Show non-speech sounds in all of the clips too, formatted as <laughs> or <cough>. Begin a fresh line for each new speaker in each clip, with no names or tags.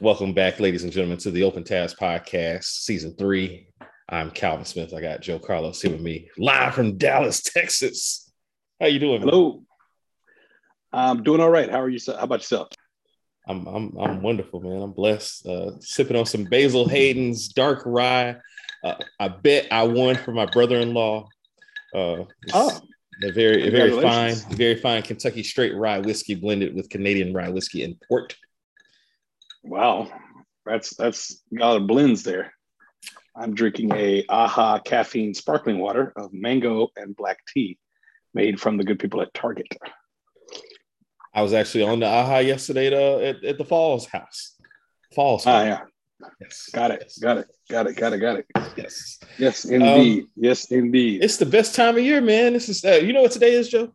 Welcome back, ladies and gentlemen, to the Open Tabs Podcast, Season 3. I'm Calvin Smith. I got Joe Carlos here with me, live from Dallas, Texas. How you doing? man?
Hello. I'm doing all right. How are you? How about yourself?
I'm, I'm, I'm wonderful, man. I'm blessed. Uh, sipping on some Basil Hayden's dark rye. Uh, I bet I won for my brother-in-law. Uh,
Oh,
a very, a very fine,
Congratulations.
very fine Kentucky straight rye whiskey blended with Canadian rye whiskey and port.
wow. That's that's got a blends there. I'm drinking a Aha caffeine sparkling water of mango and black tea, made from the good people at Target.
I was actually on the AHA yesterday at, uh, at, at the Falls house. Falls.
Ah,
House.
yeah.
Yes.
Got it.
Yes.
Got it. Got it. Got it. Got it.
Yes.
Yes, indeed. yes, indeed.
It's the best time of year, man. This is, uh, you know what today is, Joe?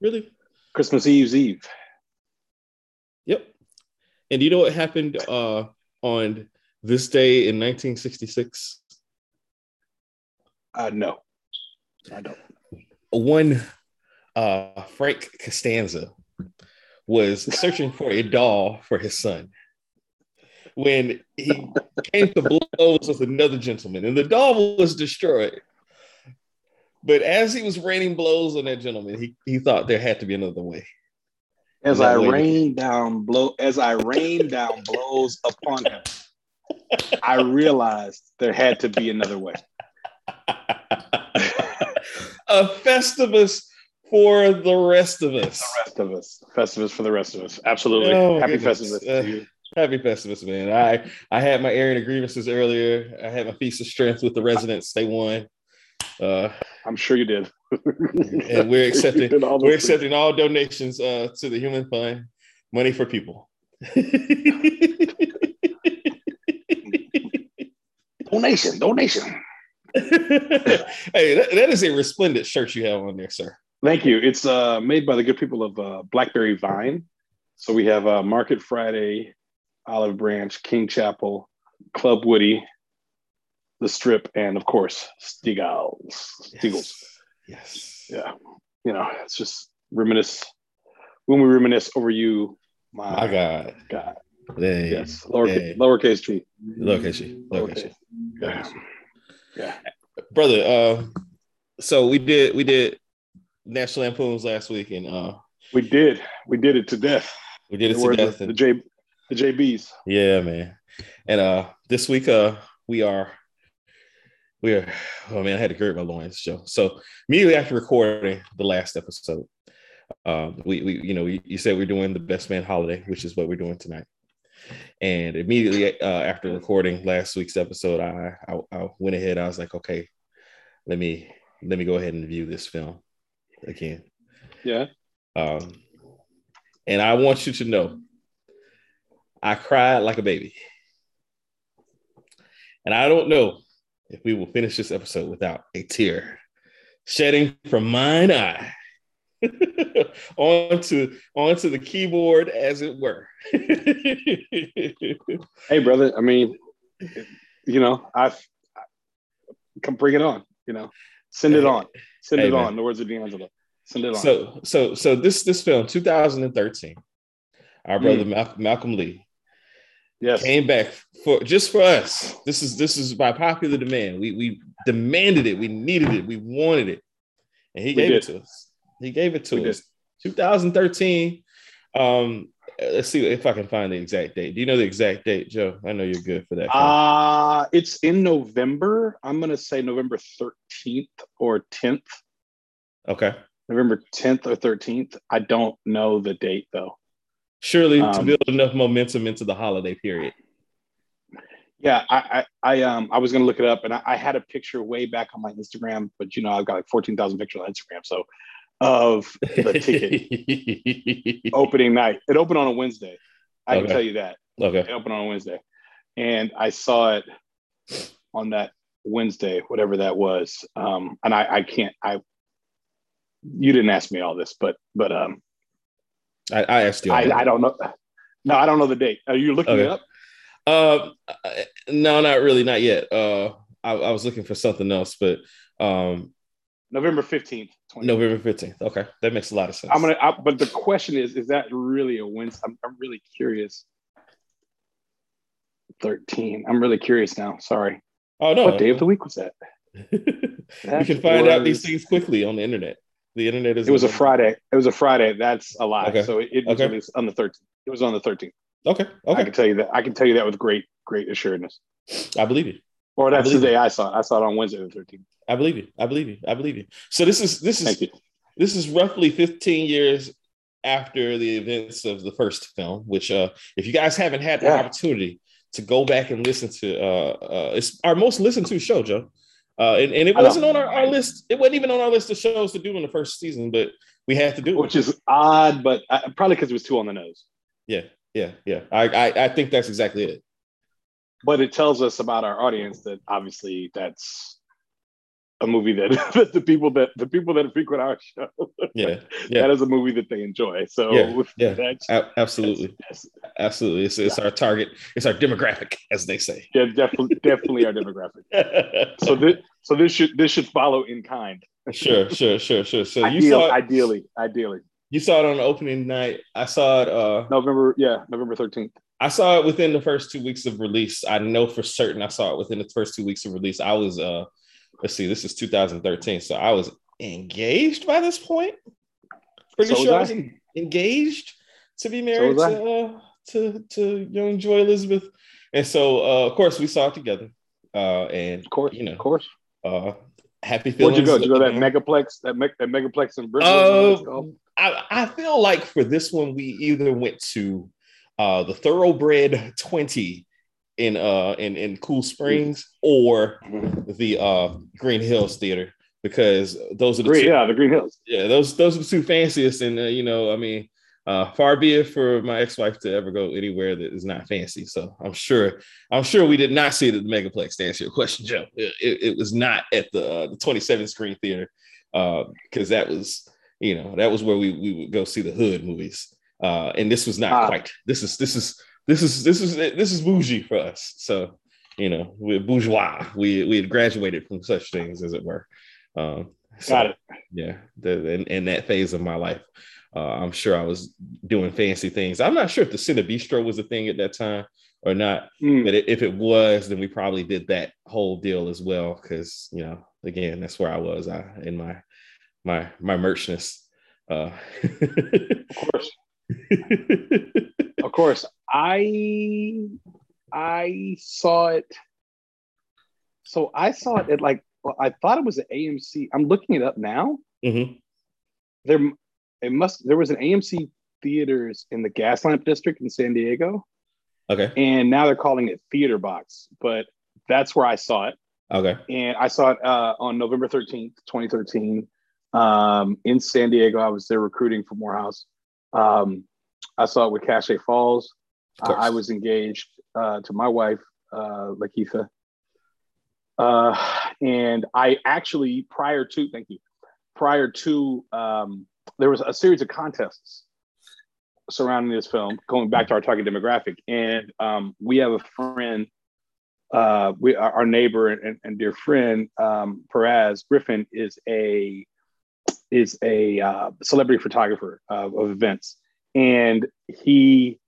Really?
Christmas Eve's Eve.
Yep. And you know what happened uh, on this day in 1966?
Uh, no, I don't.
One uh, Frank Costanza was searching for a doll for his son when he came to blows with another gentleman, and the doll was destroyed. But as he was raining blows on that gentleman, he, he thought there had to be another way.
As
No
I
way.
rain down blow, as I rain down blows upon him, I realized there had to be another way.
a Festivus for the rest of us.
rest of us. Festivus for the rest of us. Absolutely.
Oh,
Happy
goodness.
Festivus
Uh,
to you.
Happy Festivus, man. I I had my airing of grievances earlier. I had my feast of strength with the residents. They won. Uh,
I'm sure you did.
and
<laughs>
we're
You
accepting
did all
we're
those things.
accepting all donations uh, to the Human Fund, money for people. <laughs>
donation, donation.
hey, that, that is a resplendent shirt you have on there, sir.
Thank you. It's uh, made by the good people of uh, Blackberry Vine. So we have uh, Market Friday, Olive Branch, King Chapel, Club Woody, The Strip, and of course, Stegals. Stegals.
Yes.
Yeah. You know, it's just reminisce. When we reminisce over you, my,
My God.
God.
Hey.
Yes. Lower,
Hey.
Lowercase g.
Look at you. Look at you. Look at
Yeah.
you.
Yeah.
brother. Uh, so we did we did National Lampoons last week, and uh,
We did. We did it to death.
we did it
Where
to
the-
death.
The,
and-
J, the JBs.
yeah, man. And uh, this week, uh, we are we are. Oh man, I had to gird my loins, Joe. So immediately after recording the last episode, uh, we we you know we, you said we're doing the Best Man Holiday, which is what we're doing tonight. And immediately uh, after recording last week's episode, I, I I went ahead. I was like, okay, let me let me go ahead and view this film again.
Yeah.
Um, and I want you to know, I cried like a baby. And I don't know if we will finish this episode without a tear shedding from mine eye <laughs> onto onto the keyboard, as it were. <laughs>
Hey, brother. I mean, you know, I've, I come bring it on. You know, send it
Hey.
on. Send
Hey,
it
man.
on. The words of D'Angelo. Send it on.
so so so this this film, 2013, our
Mm.
brother Mal- Malcolm Lee
yes.
came back for just for us. This is this is by popular demand. We we demanded it. We needed it. We wanted it, and he
We
gave
did.
it to us. He gave it to
We
us. 2013. Um, let's see if I can find the exact date. Do you know the exact date, Joe? I know you're good for that.
Uh, it's in November. I'm going to say November 13th or 10th.
okay.
November 10th or 13th. I don't know the date though.
Surely to
um,
build enough momentum into the holiday period.
Yeah, I I, I um I was gonna look it up, and I, I had a picture way back on my Instagram, but you know I've got like fourteen thousand pictures on Instagram, so of
<laughs>
the ticket opening night. It opened on a Wednesday. I can
Okay.
tell you that
<laughs> okay.
it opened on a Wednesday, and I saw it on that Wednesday, whatever that was. Um, and I I can't I. You didn't ask me all this, but but um
I, I asked you. all
I,
that.
I don't know. No, I don't know the date. Are you looking
Okay.
it up?
Uh, I- no, not really, not yet. Uh, I, I was looking for something else, but um,
November fifteenth.
November fifteenth. Okay, that makes a lot of sense.
I'm gonna. I, but the question is, is that really a Wednesday? I'm, I'm really curious 13. I'm really curious now. Sorry.
Oh no!
What day
<laughs>
of the week was that?
you can find out these things quickly on the internet. The internet is.
It was a Friday. It was a Friday. That's a lie.
Okay.
So it, it was
Okay.
released on the 13th. It was on the 13th.
Okay.
I
Okay.
can tell you that. I can tell you that with great, great assuredness.
I believe you.
Or that's the
believe
day I saw it. I saw it on Wednesday the 13th.
I believe you. I believe you. I believe you. So this is this is
Thank you.
this is roughly 15 years after the events of the first film which uh if you guys haven't had the
Yeah.
opportunity to go back and listen to uh, uh it's our most listened to show joe uh and, and it
I know.
wasn't on our, our list it wasn't even on our list of shows to do in the first season but we had to do it
Which is odd, but I, probably because it was two on the nose.
yeah yeah yeah I, I i think that's exactly it
But it tells us about our audience that obviously that's a movie that, <laughs> that the people that the people that frequent our show
yeah Yeah.
that is a movie that they enjoy. So <laughs>
Yeah, yeah.
that's
a- absolutely
that's-
absolutely it's, it's our target it's our demographic as they
<laughs>
say
yeah, definitely definitely our demographic. So this so this should this should follow in kind.
sure sure sure sure so you
Ideal,
saw it,
ideally, ideally.
you saw it on opening night i saw it uh
November, yeah, November 13th.
I saw it within the first two weeks of release. I know for certain I saw it within the first two weeks of release. I was uh let's see, this is 2013. So I was engaged by this point. Pretty
So was
sure I
I.
was en- engaged to be married
was I.
to, uh, to to young Joy Elizabeth. And so uh of course we saw it together. Uh and
Of course,
You know.
of course.
uh happy
Where'd
feelings.
you go? Did you go to that megaplex? That me- that megaplex in Brooklyn?
Uh,
Let's go.
I, I feel like for this one, we either went to uh, the Thoroughbred 20 in uh in, in Cool Springs or the uh, Green Hills Theater because those are the
Green,
two,
yeah, the Green Hills.
yeah, those those are the two fanciest and uh, you know I mean uh, far be it for my ex-wife to ever go anywhere that is not fancy. So I'm sure I'm sure we did not see it at the Megaplex. To answer your question, Joe, it, it- it was not at the uh, the 27th Screen Theater because that was you know that was where we we would go see the hood movies. Uh, and this was not
Ah.
quite. This is this is this is this is this is bougie for us. So you know we're bourgeois. We we had graduated from such things as it were. Um, so-
Got it.
yeah the, in, in that phase of my life uh, i'm sure i was doing fancy things i'm not sure if the cine bistro was a thing at that time or not
Mm.
but i- if it was then we probably did that whole deal as well because you know again that's where i was I, in my my my merchness uh <laughs>
Of course, of course. I I saw it. So I saw it at like well, I thought it was an AMC. I'm looking it up now.
Mhm.
There, it must. There was an AMC theaters in the Gaslamp District in San Diego,
okay
and now they're calling it Theater Box. But that's where I saw it.
okay
and I saw it uh, on November 13th, 2013, um, in San Diego. I was there recruiting for Morehouse. Um, I saw it with Cache Falls.
Of
Uh,
course.
I was engaged uh, to my wife, uh, Lakeitha. Uh, and I actually, prior to, thank you, prior to, um, there was a series of contests surrounding this film, going back to our target demographic. And um, we have a friend uh, we our, our neighbor and, and dear friend um, Perez Griffin is a is a uh, celebrity photographer uh, of events, and he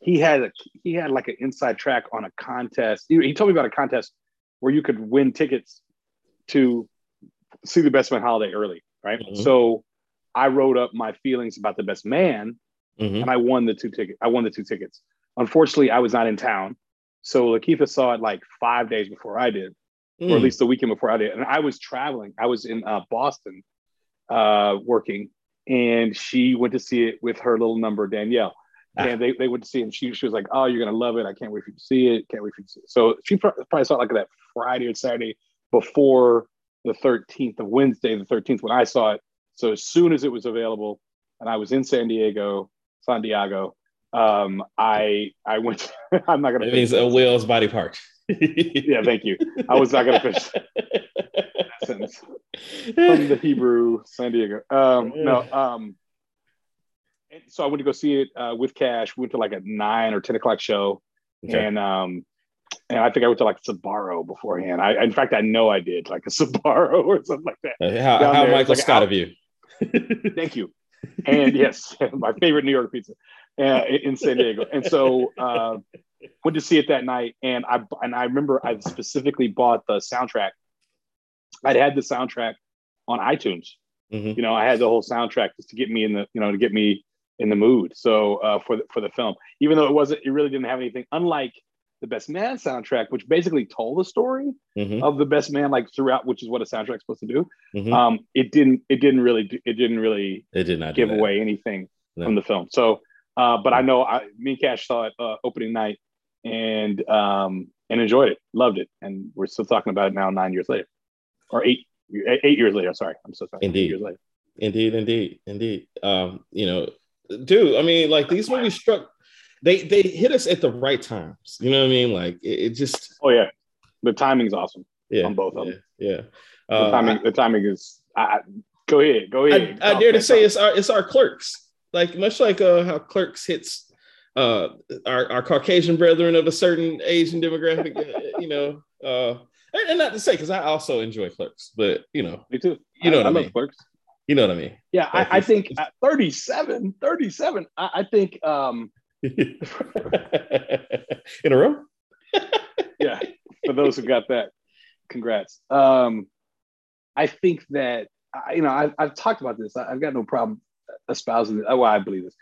he had a, he had like an inside track on a contest. He, he told me about a contest where you could win tickets to see the Best Man Holiday early, right?
Mhm.
So I wrote up my feelings about the Best Man
Mhm.
and I won the two tickets. I won the two tickets. Unfortunately, I was not in town, so Lakeitha saw it like five days before I did,
Mm.
or at least the weekend before I did. And I was traveling. I was in uh, Boston uh, working, and she went to see it with her little number Danielle.
Ah.
And they, they went to see it, and she, she was like, "Oh, you're gonna love it! I can't wait for you to see it! Can't wait for you to see it!" So she pro- probably saw it like that Friday or Saturday before the 13th of Wednesday, the 13th when I saw it. So as soon as it was available, and I was in San Diego, San Diego, um, I I went. <laughs> I'm not gonna.
it
finish
means
that.
a whale's body part
yeah, thank you. I was not
<laughs>
gonna finish that sentence from the Hebrew San Diego. Um, no, um, and so I went to go see it uh, with Cash. We went to like a nine or ten o'clock show,
Okay.
and um, and I think I went to like Sabaro beforehand. I, in fact, I know I did like a <laughs> Sabaro or something like that.
Uh, how,
Down
how
there,
michael
like,
scott
out-
of you
Thank you. <laughs> And yes, my favorite New York pizza uh, in San Diego. And so uh, went to see it that night, and I and I remember I specifically bought the soundtrack. I'd had the soundtrack on iTunes.
Mhm.
You know, I had the whole soundtrack just to get me in the you know to get me in the mood. So uh, for the, for the film, even though it wasn't, it really didn't have anything. Unlike the Best Man soundtrack, which basically told the story
Mhm.
of the Best Man like throughout, which is what a soundtrack's supposed to do.
Mhm.
Um, it didn't it didn't really do, it didn't really
It did not do
give
that.
away anything
No.
from the film. So, uh, but I know I, me and Cash saw it uh, opening night and um, and enjoyed it, loved it, and we're still talking about it now nine years later, or eight eight- eight years later. Sorry, I'm so sorry. Eight
Indeed.
years later.
Indeed, indeed, indeed. Um, you know, dude, I mean, like these movies struck they they hit us at the right times. You know what I mean? Like it, it just
Oh yeah, the timing's awesome.
yeah,
On both of
yeah, Yeah.
The
Uh,
timing, the timing is. I, I, go ahead, go
I,
ahead.
I
Oh,
dare to
man,
say
sorry.
it's our it's our clerks. Like much like uh, how clerks hits uh, our our Caucasian brethren of a certain Asian demographic, uh, <laughs> you know. Uh, and, and not to say because I also enjoy clerks, but you know,
me too.
you know
I,
what I
love
mean.
Clerks.
you know what I
<laughs>
mean. <laughs>
Yeah,
Like
I, I
it's-
think uh, 37, 37. I, I think, um,
In a row.
yeah, for those who got that, congrats. Um, I think that I- you know I've, I've talked about this. I- I've got no problem espousing this. Oh, well, I believe this.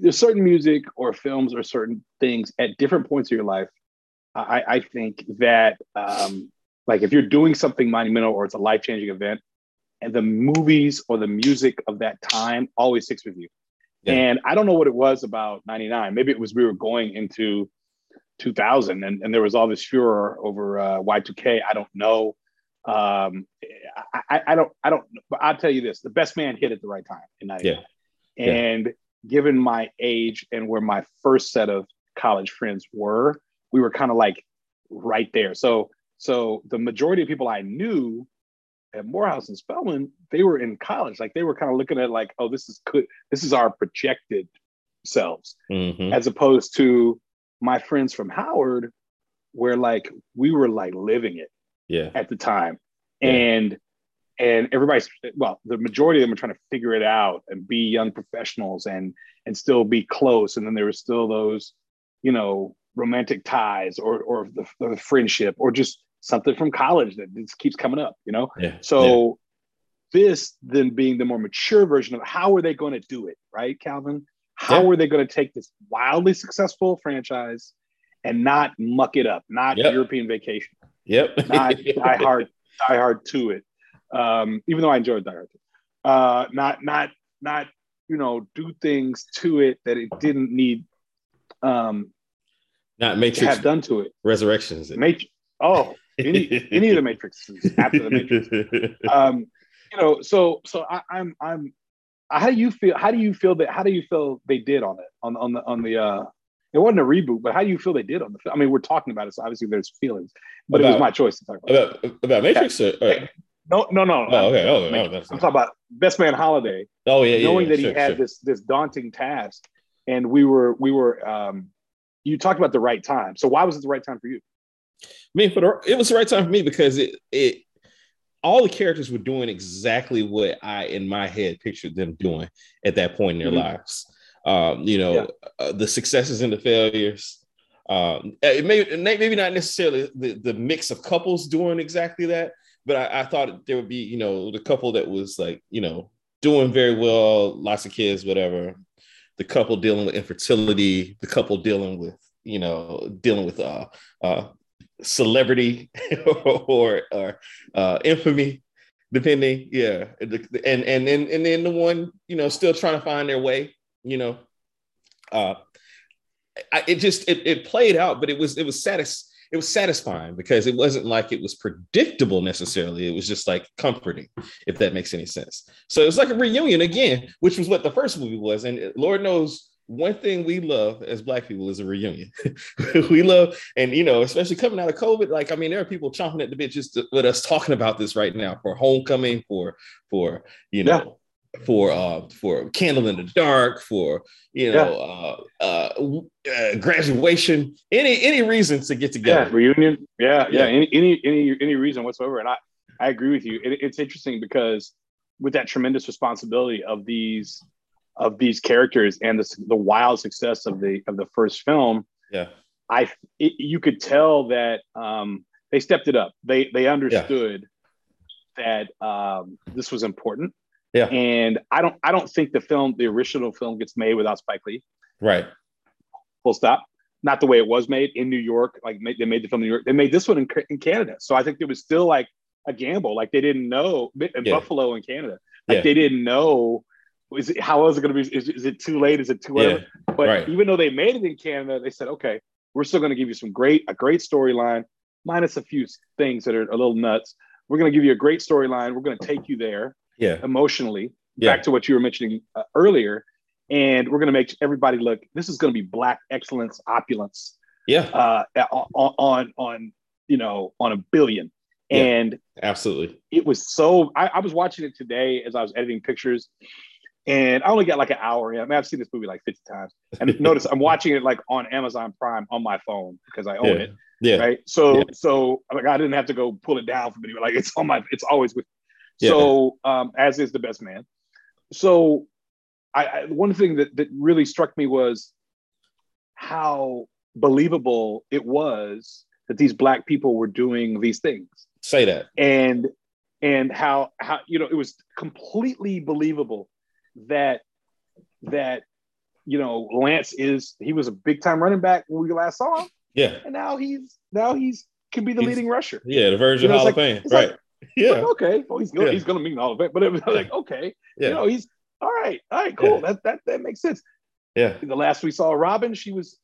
There's certain music or films or certain things at different points of your life. I, I- I think that um, like if you're doing something monumental or it's a life changing event, and the movies or the music of that time always sticks with you.
Yeah.
And I don't know what it was about '99. Maybe it was we were going into 2000 and, and there was all this furor over uh, y2k i don't know um, I, I, I don't i don't but i'll tell you this the best man hit at the right time in 99
Yeah.
and given my age and where my first set of college friends were we were kind of like right there so so the majority of people i knew at morehouse and spelman they were in college like they were kind of looking at like oh this is good this is our projected selves
Mhm.
as opposed to my friends from Howard, where like we were like living it
Yeah.
at the time,
Yeah.
and and everybody's well, the majority of them are trying to figure it out and be young professionals and and still be close, and then there were still those, you know, romantic ties or or the, the friendship or just something from college that just keeps coming up, you know.
Yeah.
So this then being the more mature version of how are they going to do it, right, Calvin? How
Yeah.
are they going to take this wildly successful franchise and not muck it up, not
Yep.
European vacation,
<laughs> Yep.
not Die <laughs> Hard, Die Hard to it. Um, even though I enjoyed Die Hard, 2. uh, not not not you know do things to it that it didn't need um,
Not
to
Matrix
have done to it.
Resurrections.
Matrix. Oh, any any of the Matrices after the
<laughs>
Matrix. <laughs> um, you know, so so I, I'm I'm how do you feel how do you feel that how do you feel they did on it on on the on the uh it wasn't a reboot, but how do you feel they did on the film? I mean, we're talking about it, so obviously there's feelings, but it was
About-
my choice to talk about.
about, about Matrix or, or-
no, no, no.
oh okay oh, oh,
I'm
that's-
talking about Best Man Holiday,
oh yeah yeah,
knowing
yeah,
that
sure,
he had
sure.
this this daunting task, and we were we were um you talked about the right time. So why was it the right time for you?
I mean, for the, it was the right time for me because it it all the characters were doing exactly what I in my head pictured them doing at that point in their
Mhm.
lives. Um, you know,
Yeah.
uh, the successes and the failures. Um, it may it may- maybe not necessarily the, the mix of couples doing exactly that, but I, I thought there would be you know the couple that was like you know doing very well, lots of kids, whatever. The couple dealing with infertility, the couple dealing with you know dealing with uh, uh, celebrity <laughs> or or uh, infamy, depending. Yeah, and and and then and then the one you know still trying to find their way. You know, uh, I, it just it, it played out, but it was it was satis- it was satisfying because it wasn't like it was predictable necessarily. It was just like comforting, if that makes any sense. So it was like a reunion again, which was what the first movie was. And Lord knows, one thing we love as Black people is a reunion. <laughs> we love, and you know, especially coming out of COVID, like I mean, there are people chomping at the bit just to- with us talking about this right now for homecoming, for for you know. For uh, for candle in the dark, for you
Yeah.
know, uh, uh, w- uh, graduation, any any reason to get together.
reunion. Yeah, yeah.
Yeah.
Any any any any reason whatsoever, and I I agree with you. It, it's interesting because with that tremendous responsibility of these of these characters and the the wild success of the of the first film,
Yeah,
I it, you could tell that um, they stepped it up. They they understood that um, this was important.
Yeah.
And I don't I don't think the film the original film gets made without Spike Lee.
Right.
Full stop. Not the way it was made in New York. Like ma- they made the film in New York. They made this one in, Ca- in Canada. So I think it was still like a gamble. Like they didn't know in
Yeah.
Buffalo in Canada. Like
Yeah.
they didn't know. Is it, how is it going to be? Is, is it too late? Is it too whatever?
Yeah.
But
Right.
even though they made it in Canada, they said, okay, we're still going to give you some great, a great storyline, minus a few things that are a little nuts. We're going to give you a great storyline. We're going to take you there
Yeah.
emotionally,
Yeah.
back to what you were mentioning uh, earlier. And we're going to make everybody look, this is going to be black excellence, opulence
Yeah.
uh, on, on, on, you know, on a billion.
Yeah.
And
Absolutely.
it was so I, I was watching it today as I was editing pictures, and I only got like an hour in. I mean, I've seen this movie like 50 times.
<laughs>
And notice I'm watching it like on Amazon Prime on my phone because I own
Yeah.
it.
Yeah.
Right. So
Yeah.
so like I didn't have to go pull it down from anywhere. Like it's on my it's always with
Yeah.
so um as is the best man. So I, I one thing that, that really struck me was how believable it was that these black people were doing these things
Say that.
and and how how you know it was completely believable that that you know Lance is he was a big time running back when we last saw him,
Yeah.
and now he's now he's could be the
He's-
leading rusher.
Yeah. The Virgin
You know, it's
Hall
like-
of Fame.
it's
Right.
like-
yeah.
Like, okay, well he's gonna,
Yeah.
he's gonna meet the Hall of Fame, but it was like okay,
Yeah.
you know he's all right, all right, cool. That that that makes sense.
yeah.
The last we saw Robin, she was.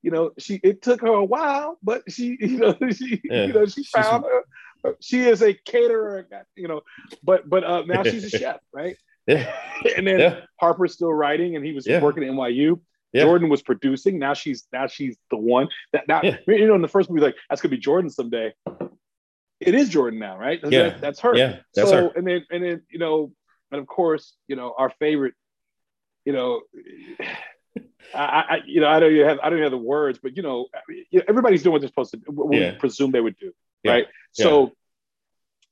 You know, she it took her a while, but she, <laughs> you know, she,
Yeah.
you know, she
She's-
found her. She is a caterer, you know, but but uh, now
<laughs>
she's a chef, right?
Yeah.
and then
Yeah.
Harper's still writing, and he was
Yeah.
working at NYU.
Yeah.
Jordan was producing. Now she's now she's the one that now
Yeah.
you know in the first movie like that's gonna be Jordan someday. It is Jordan now, right? That-
Yeah.
that's her.
Yeah. That's
so
her.
and then and then you know and of course you know our favorite, you know, <sighs> I, I I- you know I don't even have I don't even have the words, but you know I mean, you know, everybody's doing what they're supposed to do, what
Yeah.
we presume they would do,
Yeah.
right? So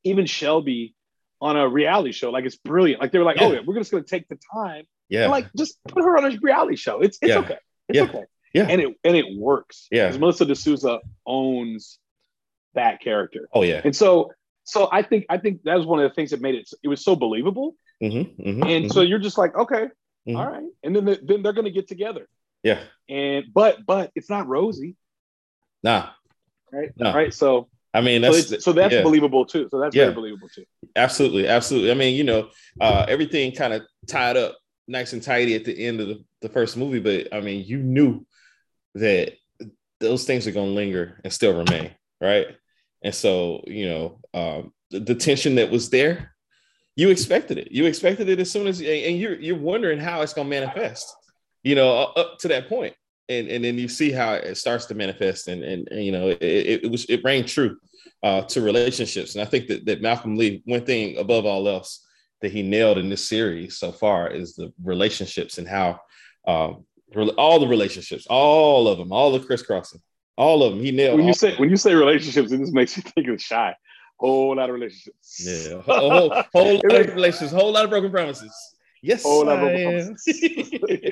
even Shelby on a reality show, like it's brilliant. Like they were like,
Yeah.
oh, yeah, we're just gonna take the time
Yeah.
like just put her on a reality show. It's it's
Yeah.
okay. It's
Yeah.
okay.
Yeah.
And it and it works.
Yeah.
Because Melissa D'Souza owns that character.
oh yeah.
And so so I think I think that was one of the things that made it it was so believable.
Mm-hmm, hmm
And so you're just like, okay,
Mhm.
all right. And then they, then they're gonna get together.
yeah.
And but but it's not rosy,
Nah.
right?
No.
Right. So
I mean
so
that's
it's, so that's
yeah.
believable too. So that's
Yeah.
very believable too.
Absolutely, absolutely. I mean, you know, uh, everything kind of tied up nice and tidy at the end of the, the first movie, but I mean, you knew that those things are going to linger and still remain, right? And so, you know, um, the, the tension that was there, you expected it. You expected it as soon as, and, and you're you're wondering how it's going to manifest, you know, u- up to that point, and and then you see how it starts to manifest, and and, and you know, it, it, it was it rang true uh, to relationships. And I think that, that Malcolm Lee, one thing above all else that he nailed in this series so far is the relationships and how um, re- all the relationships, all of them, all the crisscrossing, all of them, he nailed.
When you
all-
say when you say relationships, it just makes you think of shy. Whole lot of relationships.
yeah, a whole, whole, whole lot of relationships, whole lot of broken promises. Yes,
Whole lot of
I
broken
am.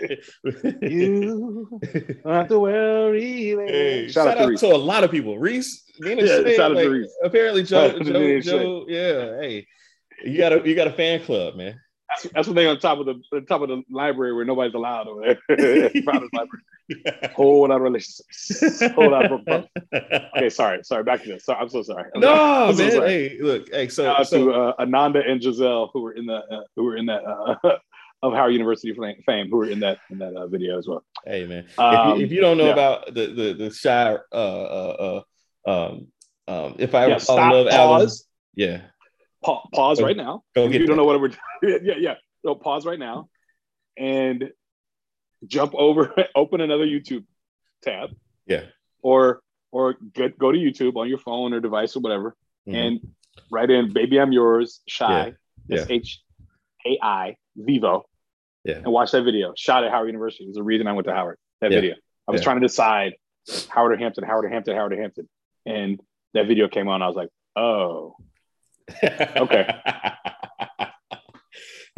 <laughs>
you don't have to worry. man.
Hey,
shout, out to Reese.
to, a lot of people. Reese, Nina
Yeah,
Shea,
shout out to
like,
Reese.
apparently Joe,
Shout out to
Joe,
Nina Shea.
Joe, yeah. Hey, you got a you got a fan club,
<laughs>
man.
That's, that's when they on top of the on top of the library where nobody's allowed over <laughs> there. Private library. Whole lot
<laughs>
of relationships. Whole lot of broken promises. Okay, sorry, sorry. Back to this. Sorry, I'm so sorry. I'm sorry.
no,
I'm so
man.
sorry.
Hey, look, hey, so,
Shout out
so
to uh, Ananda and Giselle who were in the uh, who were in that uh, <laughs> of Howard University fame, fame who were in that in that uh, video as well.
hey, man. If,
Um,
you, if you don't know
yeah.
about the the the shy, uh, uh, uh, um, um, if I
yeah,
ever fall in
stop,
love,
pause,
album, yeah,
pa- pause
Go-
right now.
Oh, go
If
get
you don't
that.
know what we're <laughs> doing. yeah, yeah. So pause right now and jump over, <laughs> open another YouTube tab
yeah,
or or go, go to YouTube on your phone or device or whatever
Mhm.
and write in Baby I'm Yours, Shy,
Yeah,
that's H A I, Vivo,
Yeah.
and watch that video. Shot at Howard University. There's a reason I went to Howard, that
Yeah.
video. I was
Yeah.
trying to decide Howard or Hampton, Howard or Hampton, Howard or Hampton. And that video came on. I was like, oh, <laughs>
<laughs>
Okay.
yes.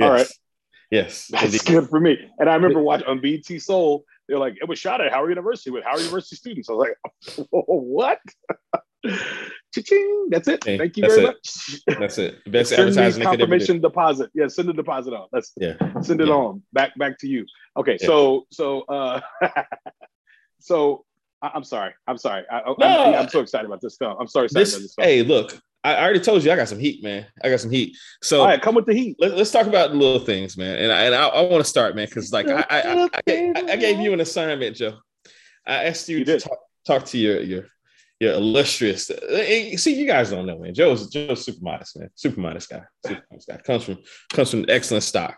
All right.
Yes.
That's
indeed.
good for me. And I remember watching on BT Soul, They're like, it was shot at Howard University with Howard University students. I was like, <laughs> oh, what? Cha-ching. That's it.
Hey,
Thank you
that's
very
it.
much.
That's it.
<laughs>
Best
send me
advertising they could ever do.
confirmation deposit. Yeah, send the deposit on. Let's
Yeah.
send it
Yeah.
on back back to you. Okay,
Yeah.
so so uh <laughs> so I, I'm sorry. I'm sorry. I, I,
No.
I'm, I'm so excited about this film. I'm sorry. excited about
This,
this film.
hey, look, I I already told you I got some heat, man. I got some heat. So
All right, come with the heat.
let, us talk about the little things, man. And I, and I, I want to start, man, because like I I, I, I, gave, I gave you an assignment, Joe. I asked you,
You
to
did.
talk, talk to your your your illustrious. eh, See, you guys don't know, man. Joe's Joe's super modest, man. Super modest guy. Super modest guy comes from comes from excellent stock.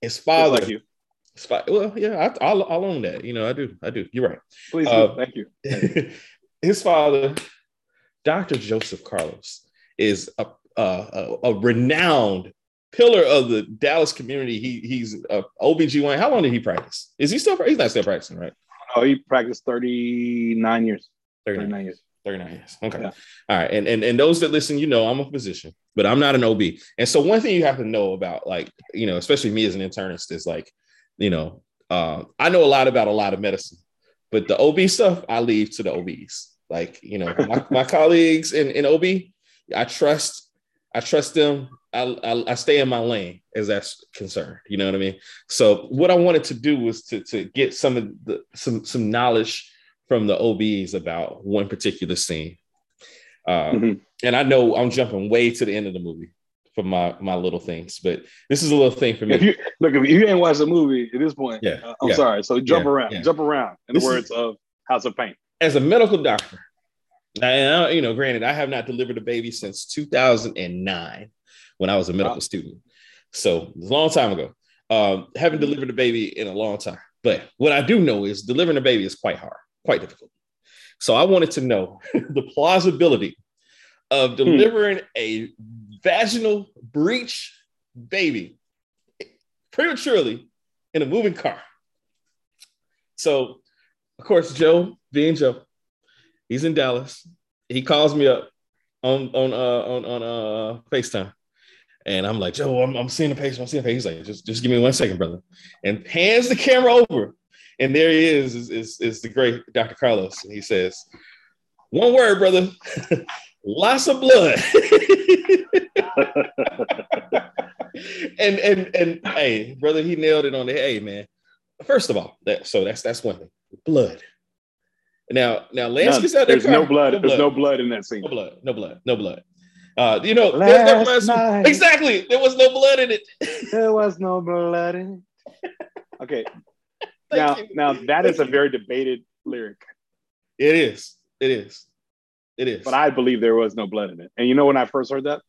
His
Just
father,
like you.
his fa- well, yeah, I, I'll, I'll own that. You know, I do. I do. You're right.
Please. do.
Uh,
Thank you.
his father, Dr. Joseph Carlos, is a, a, a, a renowned pillar of the Dallas community. He, he's a OBGYN. How long did he practice? Is he still, he's not still practicing, right?
Oh, he practiced 39 years.
39,
39 years.
39 years. Okay.
Yeah.
All right. And, and, and those that listen, you know, I'm a physician, but I'm not an OB. And so one thing you have to know about, like, you know, especially me as an internist is like, you know, uh, I know a lot about a lot of medicine, but the OB stuff I leave to the OBs. Like you know, my, my colleagues in, in OB, I trust, I trust them. I, I I stay in my lane as that's concerned. You know what I mean. So what I wanted to do was to to get some of the some some knowledge from the OBs about one particular scene. Uh,
Mhm.
And I know I'm jumping way to the end of the movie for my my little things, but this is a little thing for me.
If you look, if you ain't watched the movie at this point,
Yeah,
uh, I'm
yeah,
sorry. So jump
yeah,
around,
yeah.
jump around. In
This
the
is-
words of House of Pain.
as a medical doctor, and I, you know, granted, I have not delivered a baby since 2009 when I was a medical
Wow.
student. So it's a long time ago. Um, haven't delivered a baby in a long time. But what I do know is delivering a baby is quite hard, quite difficult. So I wanted to know <laughs> the plausibility of delivering a vaginal breech baby prematurely in a moving car. So, of course, Joe, being Joe, he's in Dallas. He calls me up on on uh, on on uh, Facetime, and I'm like, Joe, I'm, I'm seeing a patient. I'm seeing a patient. He's like, just just give me one second, brother, and hands the camera over, and there he is, is is, is the great Dr. Carlos, and he says, one word, brother, <laughs> lots of blood. <laughs> and and and hey, brother, he nailed it on the hey man. First of all, that so that's that's one thing. Blood. Now now Lance
None.
gets out
There's
that car.
no blood. There's no blood in that scene.
no blood, no blood, no blood. Uh, you know, that- that
Last
reminds me-
night.
exactly. There was no blood in it.
There was no blood in it.
<laughs>
Okay. now,
you.
now that is a
Thank you.
very debated lyric,
It is. It is. It is.
but I believe there was no blood in it. And you know when I first heard that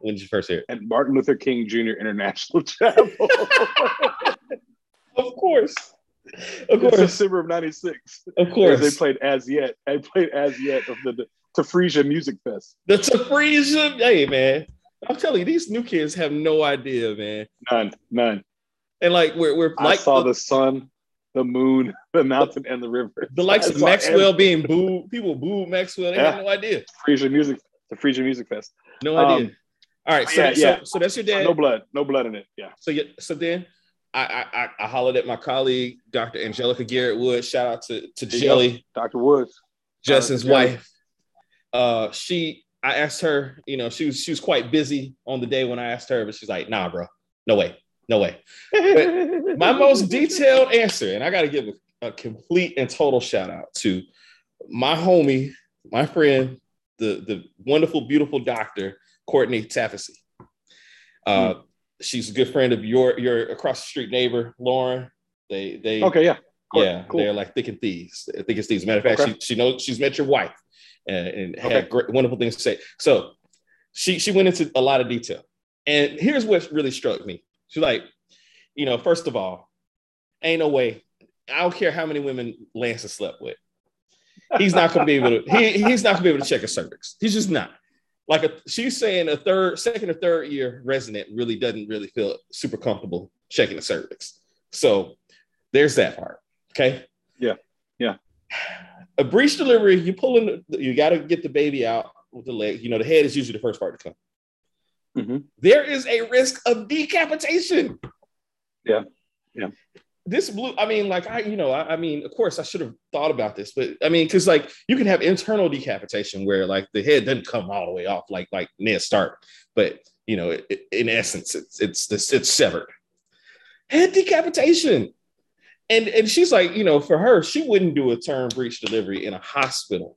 when did you first hear it?
at Martin Luther King Jr. International <laughs> Chapel,
<laughs> Of course. Of
in
course.
September of '96,
Of
they
course.
played as yet. They played as yet of the, the Tafresia Music Fest.
The Tafresia, hey man, I'm telling you, these new kids have no idea, man.
None, none.
And like we're we're
I
like
saw
the,
the sun, the moon, <laughs> the mountain, and the river.
the likes
I
of
saw
Maxwell being booed. People booed Maxwell. They had no idea,
every Tafresia Music, Tafresia Music Fest.
no
Um,
idea. All right, so,
yeah,
so,
yeah.
so that's your dad.
No blood, no blood in it. Yeah.
So yeah, so then I, I I I hollered at my colleague Dr. Angelica Garrett Wood. Shout out to to
There you
Jelly.
Dr. Woods.
Justin's
Uh, yeah.
wife. Uh, she, I asked her, you know, she was she was quite busy on the day when I asked her, but she's like, "Nah, bro, no way, no way." <laughs> But my most detailed answer, and I got to give a, a complete and total shout out to my homie, my friend, the the wonderful, beautiful doctor Courtney Taffesy. Uh,
Hmm.
she's a good friend of your your across the street neighbor Lauren. They they
Okay, yeah. Cool,
yeah,
cool.
they're like thick and thieves. Thick as thieves. Matter of fact,
Okay.
she, she knows she's met your wife and, and
Okay.
had great, wonderful things to say. So she she went into a lot of detail. And here's what really struck me. She's like, you know, first of all, ain't no way. I don't care how many women Lance has slept with. He's not gonna be able to. He, he's not gonna be able to check his cervix. He's just not. Like a, she's saying, a third, second or third year resident really doesn't really feel super comfortable checking the cervix. So there's that part. Okay.
Yeah. Yeah.
A breech delivery, you pull in, the, you got to get the baby out with the leg. You know, the head is usually the first part to come.
Mhm.
There is a risk of decapitation.
Yeah. Yeah.
this blew. I mean, like I, you know, I, I mean, of course, I should have thought about this, but I mean, because like you can have internal decapitation where like the head doesn't come all the way off, like like Ned Stark, but you know, it, it, in essence, it's it's this it's severed. Head decapitation, and and she's like, you know, for her, she wouldn't do a term breach delivery in a hospital,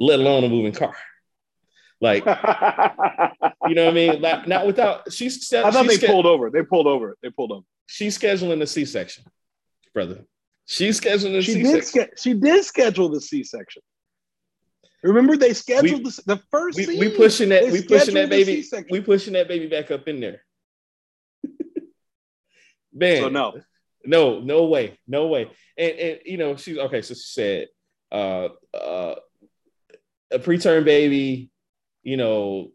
let alone a moving car. Like, you know what I mean? Like, not without she's.
I thought
she's
they pulled over. They pulled over. They pulled over.
she's scheduling a C-section, brother. She's scheduling a
She
C-section.
did. ske- she did schedule the C-section. Remember, they scheduled the, the first.
we,
scene,
we pushing that.
they
We pushing that
scheduled the
baby.
C-section.
We pushing that baby back up in there. Man,
So no,
no, no way, no way. And and you know she's okay. So she said, uh, uh, a preterm baby, you know,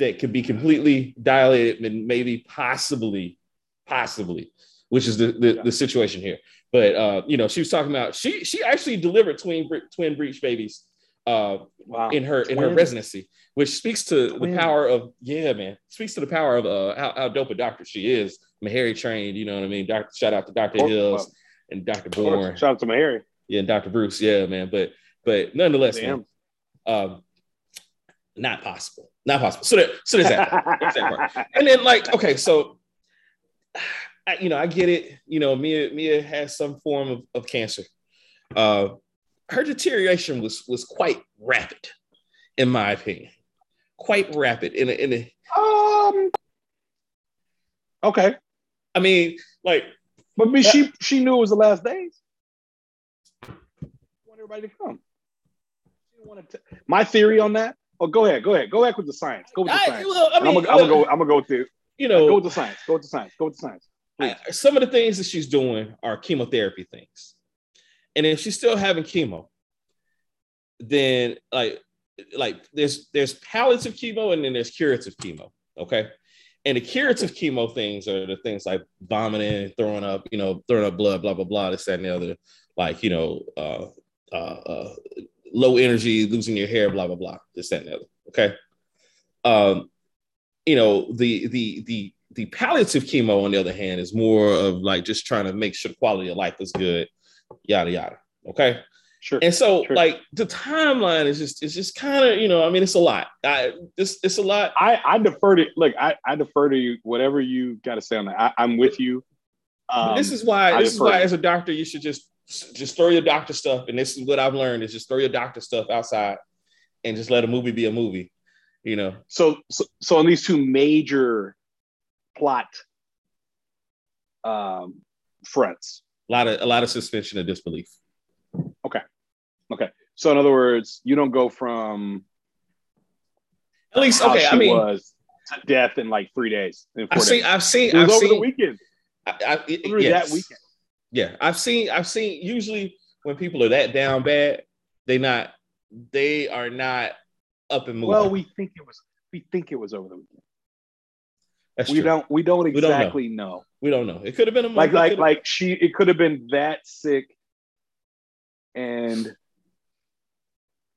that could be completely dilated, and maybe possibly, possibly, which is the the, the situation here. But uh, you know, she was talking about she she actually delivered twin bre- twin breech babies. Uh,
wow.
in her in her
Twins.
residency, which speaks to the
Twins.
power of yeah, man, speaks to the power of uh, how, how dope a doctor she is. Meharry trained, you know what I mean. Doctor, shout out to Doctor
Or-
Hills and Doctor
well,
Bourne,
Shout out to Mary.
yeah, and Doctor Bruce, yeah, man. But but nonetheless,
Damn.
man, um, not possible, not possible. So there, so there's that. There's that part. and then like okay so I, you know i get it you know mia mia has some form of, of cancer uh her deterioration was was quite rapid in my opinion quite rapid in a, in a,
<laughs> um. Okay,
i mean like
but I mean, she she knew it was the last days. Want everybody to come. She didn't want to. T- My theory on that. Oh, go ahead. Go ahead. Go back with the science. Go with the
I,
science.
well, I
I
mean
am gonna go. I'm gonna go with the.
you
Go
know
with the science. Go with the science. Go with the science.
I- some of the things that she's doing are chemotherapy things and if she's still having chemo then like like there's there's palliative chemo and then there's curative chemo okay and the curative chemo things are the things like vomiting throwing up you know throwing up blood blah blah blah this that and the other like you know uh uh, uh low energy losing your hair blah blah blah this that and the other okay um you know the the the the palliative chemo on the other hand is more of like just trying to make sure the quality of life is good yada yada okay
Sure.
and so,
Sure.
like the timeline is just it's just kind of you know I mean it's a lot. I this it's a lot.
I, I defer to look. I, I defer to you. Whatever you got to say on that, I, I'm with you.
But
Um,
this is why
I
this is
defer.
why as a doctor you should just just throw your doctor stuff. And this is what I've learned is just throw your doctor stuff outside and just let a movie be a movie. You know,
so, so. So on these two major plot um, fronts.
a lot of a lot of suspension of disbelief.
So in other words, you don't go from
At least
how
okay.
she
I mean,
was to death in like three days. In four
I've seen
days.
I've seen
it was
I've
over the
seen
weekend.
I, I, it,
Literally
yes.
that weekend.
Yeah, I've seen. I've seen. Usually, when people are that down bad, they not. They are not up and moving.
Well, we think it was. We think it was over the weekend.
That's
we
true.
don't. We don't
We don't know.
exactly know.
We don't know. It could have been a month.
like
It <laughs>
like
could've-
like she it could have been that sick and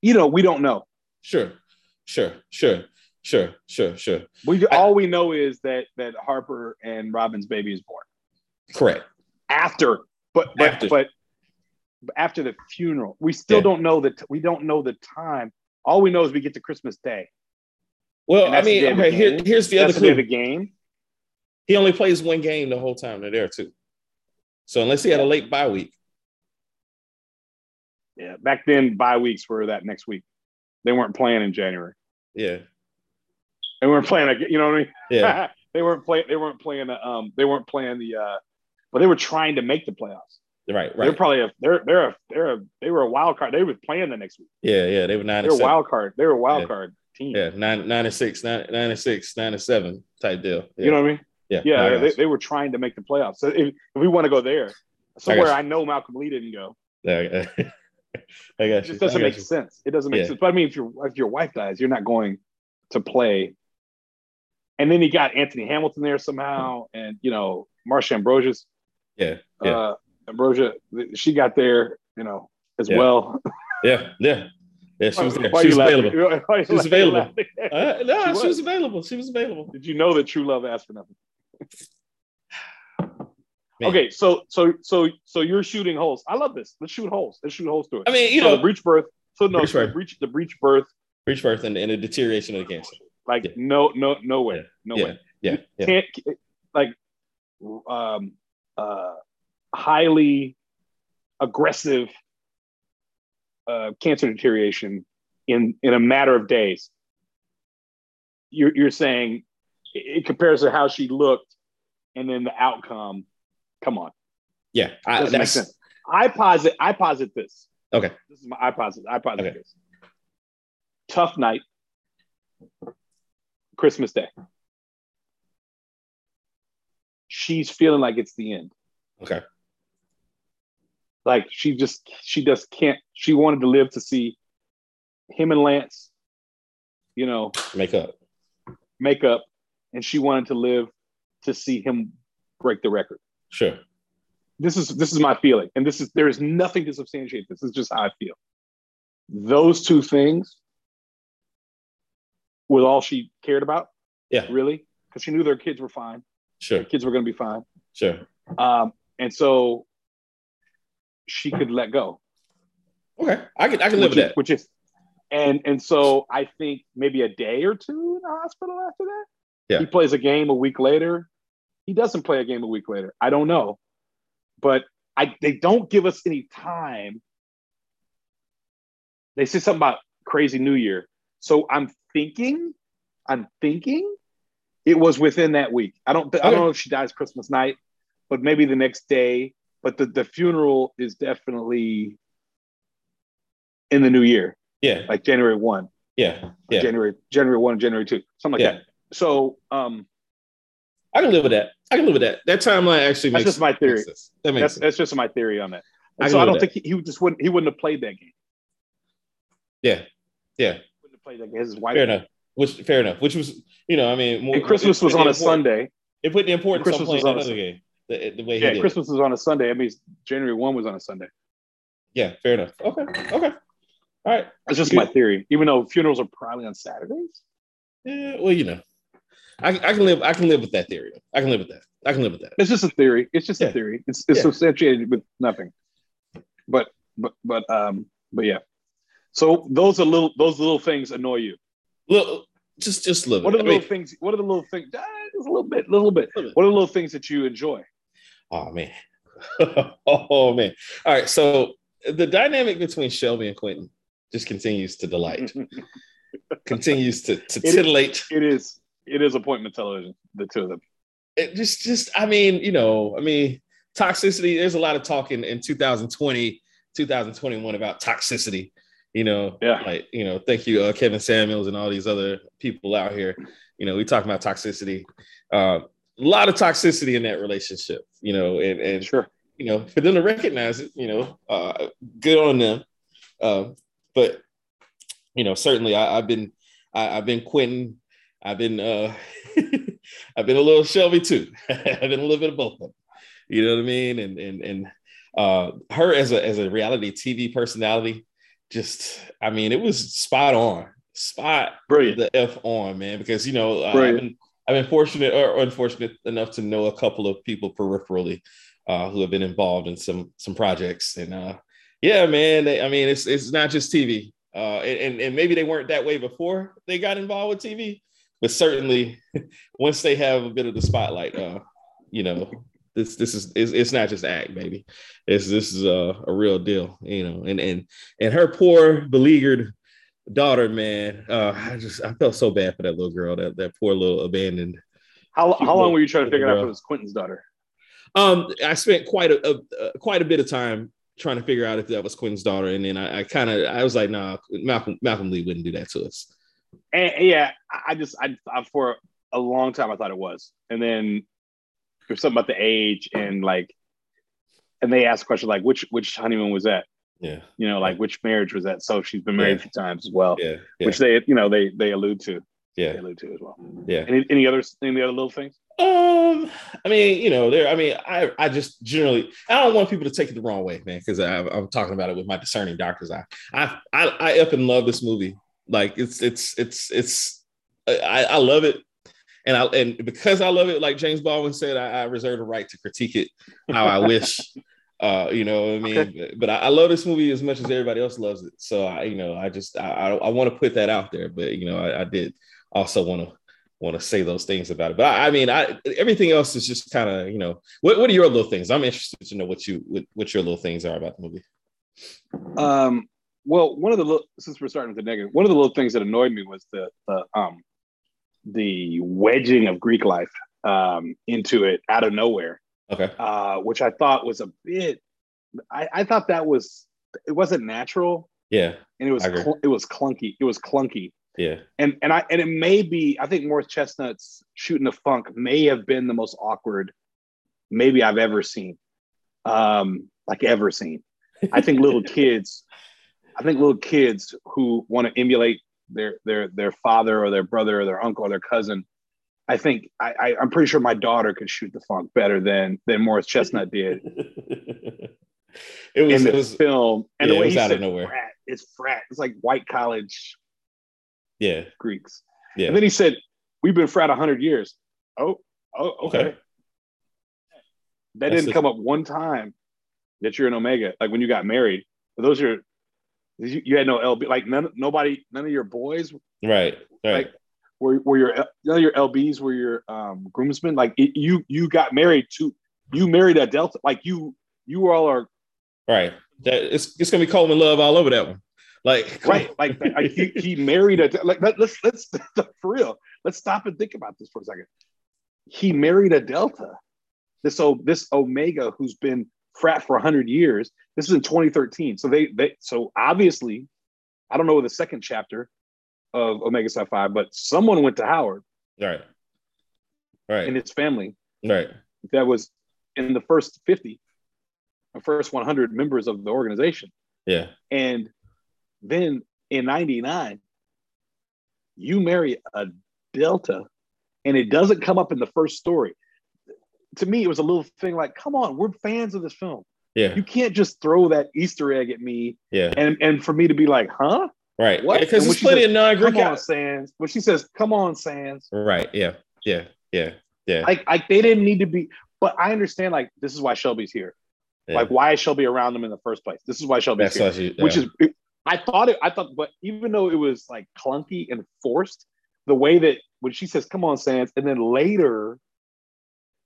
you know we don't know
sure, sure, sure, sure, sure, sure.
we
I-
all we know is that that harper and robin's baby is born
Correct.
after but but
After.
but but after the funeral we still
Yeah.
don't know that we don't know the time all we know is we get to christmas day
Well,
And
I
that's
mean,
the end of
okay.
the
Here,
game.
here's the
that's
other
the, day
clue.
of the game
He only plays one game the whole time they're there too. So unless he had a late bye week,
yeah back then bye weeks were that next week they weren't playing in january
yeah,
they weren't playing like, you know what i mean <laughs>
yeah,
they weren't playing. They weren't playing. The, um, they weren't playing the. Uh, but they were trying to make the playoffs.
right,
They're
right,
probably a. They're they're a, they're a, they were a wild card. They were playing the next week.
yeah, yeah. They were nine
They
and
were
seven.
wild card. They were a wild
Yeah.
card team.
Yeah, nine, nine and six, nine, nine and six, nine and seven type deal. Yeah.
You know what I mean?
yeah,
Yeah,
I got
they,
you.
they were trying to make the playoffs. So if, if we want to go there, somewhere I, know Malcolm Lee didn't go.
Yeah, I got- <laughs> I got
It
you.
just doesn't
I got
make
you.
sense. It doesn't make
Yeah.
sense. But I mean, if your if your wife dies, you're not going to play. And then he got Anthony Hamilton there somehow, and you know Marcia Ambrosius.
Yeah, yeah.
Uh, Ambrosia, th- she got there, you know, as
Yeah.
well.
Yeah, yeah, yeah. She was there.
<laughs> Why
She was
you laughing?
available.
Why you
She was
laughing?
available. Uh, no,
She
she
was.
was available. She was available.
Did you know that true love asked for nothing?
Man.
Okay, so so so so you're shooting holes. I love this. Let's shoot holes. Let's shoot holes through it.
I mean, you
So
know,
the breach birth. So no,
Breach
so the
birth.
breach the breach birth.
reach birth and, and the deterioration of the cancer.
Like
Yeah.
no no no way no
yeah,
way.
yeah, yeah.
Can't like um uh highly aggressive uh cancer deterioration in in a matter of days. You're you're saying it it compares to how she looked and then the outcome. Come on.
yeah. I,
doesn't make
that's,
sense. I posit, I posit this.
Okay.
This is my I posit, I posit
Okay.
this. Tough night, Christmas Day. She's feeling like it's the end.
Okay.
Like she just, she just can't. She wanted to live to see him and Lance, you know,
make up.
make up, and she wanted to live to see him break the record
Sure.
this is this is my feeling and this is there is nothing to substantiate this this is just how i feel those two things was all she cared about
Yeah.
really because she knew their kids were fine
Sure.
their kids were going to be fine
Sure.
um, and so she could let go
Okay. I can I can live
which
with
is,
that.
which is and and so i think maybe a day or two in the hospital after that
Yeah.
he plays a game a week later he doesn't play a game a week later i don't know but i they don't give us any time they say something about crazy new year so i'm thinking i'm thinking it was within that week i don't i don't know if she dies christmas night but maybe the next day but the, the funeral is definitely in the new year,
Yeah.
like January one,
Yeah. Yeah.
January January one, January two, something like
Yeah.
that. So um,
I can live with that. I can live with that. That timeline actually
That's
makes
just my theory.
makes sense. That makes
that's
sense.
that's just my theory on that. And
I
so
can
I
live
don't
with that.
think he, he just wouldn't he wouldn't have played that game.
Yeah. Yeah.
He wouldn't have played that game. His wife.
Fair enough. Which fair enough. Which was you know I mean more,
And Christmas
it-
was
it-
on a
it-
Sunday.
It put the importance
Christmas
on playing
was on a
another
Sunday.
game. The, the way he
Yeah,
did.
Christmas was on a Sunday. I mean, January one was on a Sunday.
Yeah. Fair enough. Okay. Okay. All right.
That's just my theory. Even though funerals are probably on Saturdays.
Yeah, well, you know, I, I can live. I can live with that theory. I can live with that. I can live with that.
It's just a theory. It's just
Yeah.
a theory. It's it's
Yeah.
substantiated with nothing. But but but um but yeah. So those are little those little things annoy you.
Look, just just live.
What are
it. I
the
mean,
little things? What are the little things? Ah, just a little bit, little bit.
Little bit.
What are the little things that you enjoy?
oh man, oh man. <laughs> All right. So the dynamic between Shelby and Quentin just continues to
<laughs>
delight,
it
continues to, to
is-
titillate.
is it is appointment television. The two of them.
It just just I mean, you know, I mean, toxicity. There's a lot of talk in, in 2020, 2021 about toxicity. You know,
Yeah.
like you know, thank you, uh, Kevin Samuels and all these other people out here. You know, we talk about toxicity. Uh, a lot of toxicity in that relationship. You know, and and
Sure.
you know, for them to recognize it, you know, uh, good on them. Um, but you know, certainly I, I've been, I, I've been Quentin, I've been, uh, <laughs> I've been a little Shelby too. <laughs> I've been a little bit of both of them. You know what I mean? And and and uh, her as a as a reality TV personality, just I mean, it was spot on, spot
Brilliant.
the f on, man, because you know I- I've
Right.
been I've been fortunate or unfortunate enough to know a couple of people peripherally uh, who have been involved in some some projects, and uh, yeah, man, they, I mean it's it's not just TV, uh, and and- and maybe they weren't that way before they got involved with TV, but certainly <laughs> once they have a bit of the spotlight, uh, you know. This, this is it's, it's not just act baby it's this is a, a real deal you know and and and her poor beleaguered daughter, man. Uh, I just I felt so bad for that little girl, that that poor little abandoned.
How, how long were you trying to
Cute
figure it out
girl.
if it was Quentin's daughter?
Um, I spent quite a, a, a- quite a bit of time trying to figure out if that was Quentin's daughter, and then I, I kind of I was like, nah, Malcolm Malcolm Lee wouldn't do that to us.
And, and yeah, I I just I, I for a long time I thought it was, and then there's something about the age and like, and they asked a question like which which honeymoon was that?
Yeah,
You know, like which marriage was that? So she's been married a few times as well,
yeah,
which they you know they they allude to they
yeah,
allude to as well.
yeah.
Any any other any other little things?
Um, I mean, you know, there. I mean, I, I just generally, I don't want people to take it the wrong way, man, because I'm talking about it with my discerning doctor's eye. I, I, I up and love this movie. Like, it's, it's, it's, it's. I, I love it. and I and because I love it, like James Baldwin said, I, I reserve the right to critique it how I wish. <laughs> Uh, you know what I mean? Okay. But I, I, love this movie as much as everybody else loves it. So I, you know, I just I I, I want to put that out there. But you know, I, I did also want to want to say those things about it. But I, I mean, I everything else is just kind of you know. What what are your little things? I'm interested to know what you what, what your little things are about the movie.
Um. Well, one of the little, since we're starting with the negative, one of the little things that annoyed me was the the um the wedging of Greek life um into it out of nowhere.
Okay.
Uh, which I thought was a bit. I, I thought that was it wasn't natural.
Yeah.
And it was cl- it was clunky. It was clunky.
Yeah.
And and I and it may be I think Morris Chestnut's shooting the funk may have been the most awkward maybe I've ever seen. Um like ever seen. I
<laughs>
think little kids I think little kids who want to emulate their their their father or their brother or their uncle or their cousin I think I, I I'm pretty sure my daughter could shoot the funk better than than Morris Chestnut did.
it was
in the
it was,
film and
yeah,
the
it
way
was
he
out of
said
nowhere.
frat, it's frat. It's like white college
Yeah.
Greeks.
Yeah.
And then he said, "We've been frat hundred years." Oh, oh, okay.
Okay.
That
That's
didn't
just-
come up one time that you're an Omega. Like when you got married, those are you, you had no LB. Like none, nobody, none of your boys
Right. Right.
Like- were, were your none of your LBs were your um, groomsmen. Like it, you, you got married to you married a Delta. Like you, you all are
right. That it's it's gonna be Coleman Love all over that one. Like <laughs> come
right.
on.
Like, like he, he married a like. Let, let's let's <laughs> for real. Let's stop and think about this for a second. He married a Delta. This o, this Omega who's been frat for hundred years. This is in 2013. So they they so obviously, I don't know the second chapter of Omega Psi Phi, but someone went to Howard
Right. Right.
and his family
right.
that was in the first 50, the first 100 members of the organization.
Yeah.
And then in 99, you marry a Delta and it doesn't come up in the first story. To me, it was a little thing like, come on, we're fans of this film.
Yeah.
You can't just throw that Easter egg at me
Yeah.
and, and for me to be like, huh?
Right.
What? And
Because
when
there's
she
plenty
said,
of non-Greek
Come on,
guys.
Sands. When she says, come on, Sands,
Right. Yeah. Yeah. Yeah. Yeah.
like, like they didn't need to be, but I understand, like, this is why Shelby's here.
Yeah.
Like, why is Shelby around them in the first place? This is why Shelby's
That's why she,
here.
uh,
which
yeah.
is it- I thought it I thought but even though it was like clunky and forced, the way that when she says come on Sans and then later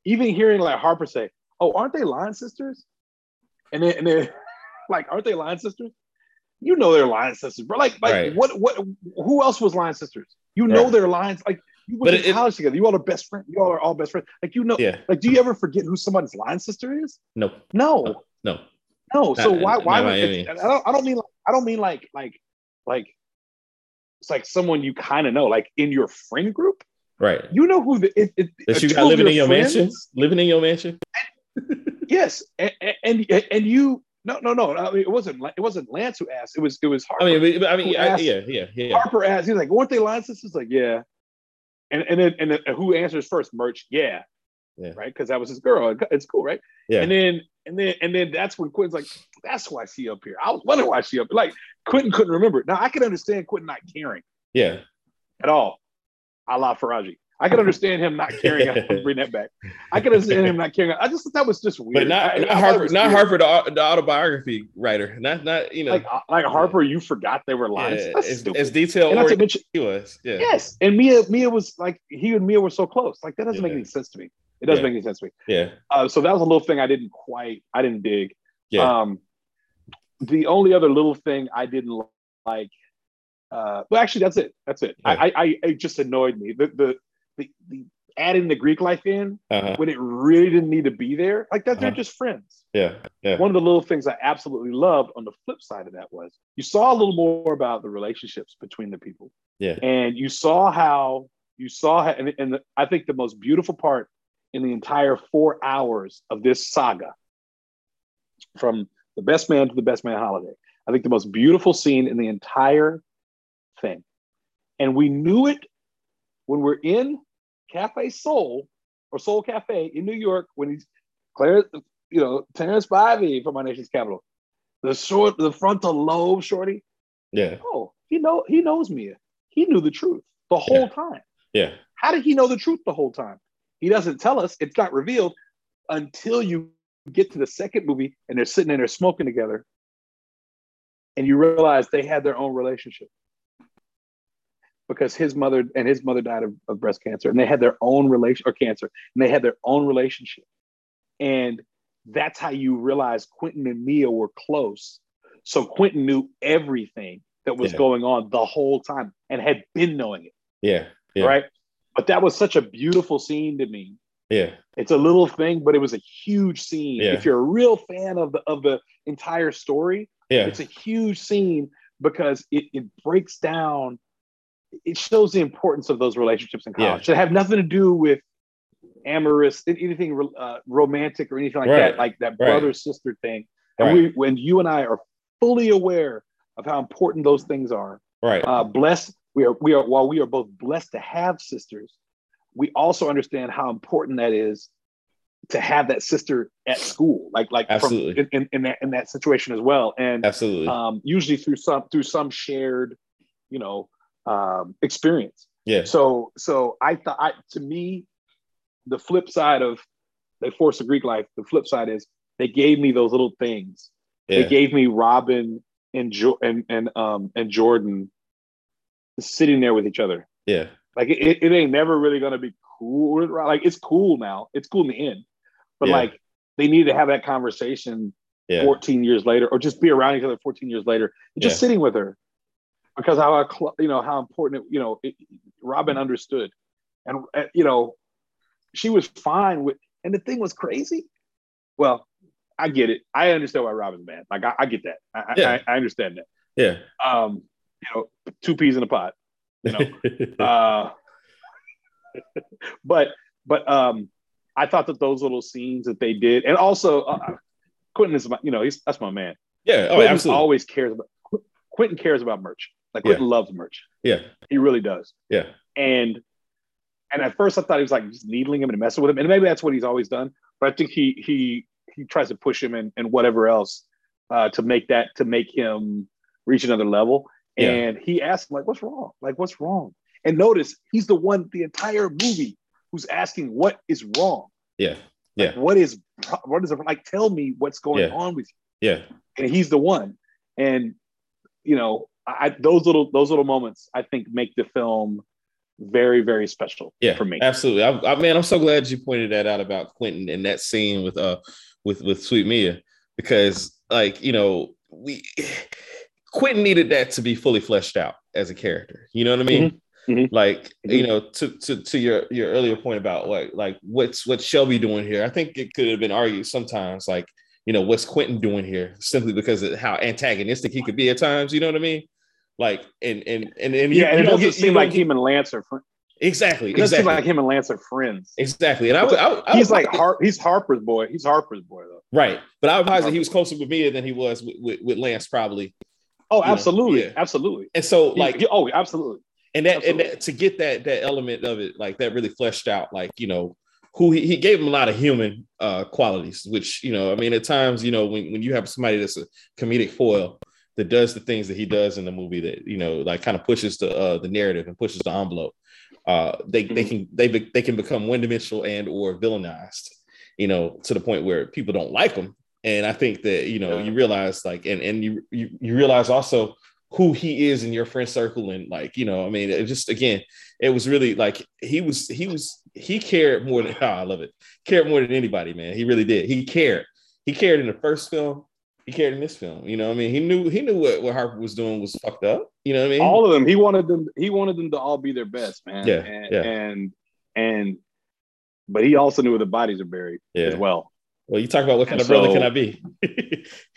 even hearing like Harper say, "Oh, aren't they line sisters?" And then and then <laughs> like aren't they line sisters? You know they're line sisters, bro. Like like
Right.
what what who else was line sisters? You know
Right.
their lines like you
But
went
it-
to college together. You all are best friends. You all are all best friends. Like you know
yeah.
like do you ever forget who somebody's line sister is?
No.
No.
No.
No, so
Not-
why
not
why
by
would
any
it, I don't I don't mean like, I don't mean like like like it's like someone you kind of know, like in your friend group.
Right.
You know who the it, it,
That you
two
got
of
living
your
in your
friends-
mansion. Living in your mansion.
Yes, and, and and you no no no. I mean, it wasn't like- it wasn't Lance who asked. It was it was Harper.
I mean, but- I mean,
Who
I,
asked-
yeah, yeah, yeah.
Harper asked. He's like, "Weren't they line sisters?" Like, yeah. And and then and then who answers first? Merch, yeah,
Yeah.
right, because that was his girl. It's cool, right?
Yeah.
And then and then and then that's when Quentin's like, "That's why she up here." I was wondering why she up. Like Quentin couldn't remember. Now I can understand Quentin not caring
Yeah.
at all, a la Faraji. I can understand him not caring.
<laughs>
I'll bring that back. I can understand him not caring. I just thought that was just weird.
But not, not
I- I thought it
Harper,
was
not
weird.
Harper, the, au- the autobiography writer. Not, not you know,
Like, uh, like Harper, you forgot they were
yeah,
lying. That's
as,
stupid.
as detailed
and not to
oriented
mention,
he was. Yeah.
Yes, and Mia, Mia was like he and Mia were so close. Like that doesn't make
Yeah.
any sense to me. It doesn't
Yeah.
make any sense to me.
Yeah.
Uh, so that was a little thing I didn't quite, I didn't dig.
Yeah.
Um, the only other little thing I didn't like, uh, well, actually, that's it. That's it. I, I, I, it just annoyed me. The, the, the, the adding the Greek life in
Uh-huh.
when it really didn't need to be there. Like that, they're
Uh-huh.
just friends.
Yeah. Yeah.
One of the little things I absolutely loved on the flip side of that was you saw a little more about the relationships between the people.
Yeah.
And you saw how you saw how, and, and I think the most beautiful part in the entire four hours of this saga, from the best man to the best man holiday, I think the most beautiful scene in the entire thing. And we knew it when we're in Cafe Soul or Soul Cafe in New York when he's Claire, you know, Terrence Bivey from my nation's capital. The short, the frontal lobe, shorty.
Yeah.
Oh, he know he knows Mia. He knew the truth the whole time.
Yeah.
How did he know the truth the whole time? He doesn't tell us. It's not revealed until you get to the second movie and they're sitting in there smoking together and you realize they had their own relationship because his mother and his mother died of, of breast cancer and they had their own relation or cancer and they had their own relationship and that's how you realize quentin and mia were close so quentin knew everything that was
Yeah.
going on the whole time and had been knowing it
Yeah. Yeah.
right but that was such a beautiful scene to me
Yeah.
it's a little thing, but it was a huge scene.
Yeah.
If you're a real fan of the of the entire story,
Yeah.
it's a huge scene because it, it breaks down. It shows the importance of those relationships in
Yeah.
college. It have nothing to do with amorous anything uh, romantic or anything like
Right.
that, like that
Right.
brother sister thing. And
Right.
we, when you and I are fully aware of how important those things are,
right.
uh, blessed we are we are while we are both blessed to have sisters we also understand how important that is to have that sister at school like like
Absolutely.
from, in, in, in that in that situation as well and
Absolutely.
um, usually through some through some shared you know um, experience
yeah.
so so i thought I, to me the flip side of they forced the greek life the flip side is they gave me those little things
Yeah.
they gave me Robin and jo- and and um and Jordan sitting there with each other.
yeah.
Like it, it- it ain't never really gonna be cool. right? Like it's cool now. It's cool in the end, but
Yeah.
like they needed to have that conversation
Yeah.
14 years later, or just be around each other 14 years later, and just
Yeah.
sitting with her because how I cl- you know how important it, you know it, Robin understood, and uh, you know she was fine with. And the thing was crazy. Well, I get it. I understand why Robin's mad. Like I, I get that. I, I-
Yeah.
I, I understand that.
yeah.
Um, you know, two peas in a pod. You know,
<laughs> yeah. oh,
uh, <laughs> but but um, I thought that those little scenes that they did, and also uh, Quentin is my, you know he's that's my man.
Oh,
Quentin
absolutely.
always cares about Qu- Quentin cares about merch. Like Quentin loves merch.
yeah.
He really does.
Yeah.
And and at first I thought he was like just needling him and messing with him. And maybe that's what he's always done. But I think he he he tries to push him and, and whatever else uh, to make that to make him reach another level.
Yeah.
And he asked him, like, what's wrong? Like, what's wrong? And notice he's the one the entire movie who's asking what is wrong?
Yeah.
Like,
Yeah.
What is what is like tell me what's going
Yeah.
on with you?
Yeah.
and he's the one. And you know, I, I- those little those little moments I think make the film very very special
Yeah.
for me.
Absolutely. I, I man, I'm so glad you pointed that out about Quentin and that scene with uh with with Sweet Mia because like you know we <sighs> Quentin needed that to be fully fleshed out as a character. You know what I mean?
Mhm.
Like
Mhm.
you know to to to your your earlier point about what like what's what's Shelby doing here? I think it could have been argued sometimes like you know what's Quentin doing here simply because of how antagonistic he could be at times. You know what I mean? Like and and and and you-
yeah, and
you
it
don't
doesn't
get- you
seem
don't
like
get-
him and Lance are friends.
exactly
It
exactly
doesn't seem like him and Lance are friends.
Exactly, and I would. I would- I
he's
would-
like Har- he's Harper's boy. He's Harper's boy though.
right, but I would posit he was closer with Mia than he was with, with, with Lance probably,
Oh,
You know,
absolutely,
yeah.
absolutely.
and so
Like,
like,
oh, absolutely.
and that and
absolutely.
that to get that that element of it, like that really fleshed out, like you know, who he, he gave him a lot of human uh qualities, which you know, I mean, at times, you know, when when you have somebody that's a comedic foil that does the things that he does in the movie, that you know, like kind of pushes the uh the narrative and pushes the envelope. Uh, they they
Mm-hmm.
can they be, they can become one dimensional and or villainized, you know, to the point where people don't like them. And I think that you know
Yeah.
you realize like and and you, you you realize also who he is in your friend circle and like you know I mean it just again it was really like he was he was he cared more than <laughs> oh, I love it cared more than anybody man he really did he cared he cared in the first film he cared in this film you know what I mean he knew he knew what, what Harper was doing was fucked up you know what I mean
All of them. He wanted them. He wanted them to all be their best, man.
Yeah,
and,
yeah.
and and but he also knew where the bodies are buried
yeah
as well.
well you talk about what kind
And
of brother
so-
can I be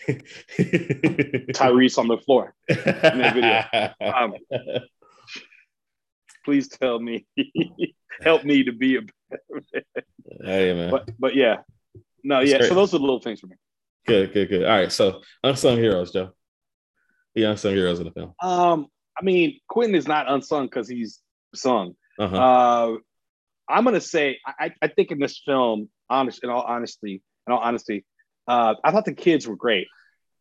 <laughs>
Tyrese on the floor. that Um, please tell me <laughs> help me to be a
<laughs> hey man
but but yeah no
That's
yeah
great.
so those are the little things for me
Good, good, good. All right. So unsung heroes, Joe. The unsung heroes of the film.
um i mean quentin is not unsung because he's sung
Uh-huh.
uh i'm gonna say I- i i think in this film honest in all honesty in all honesty uh i thought the kids were great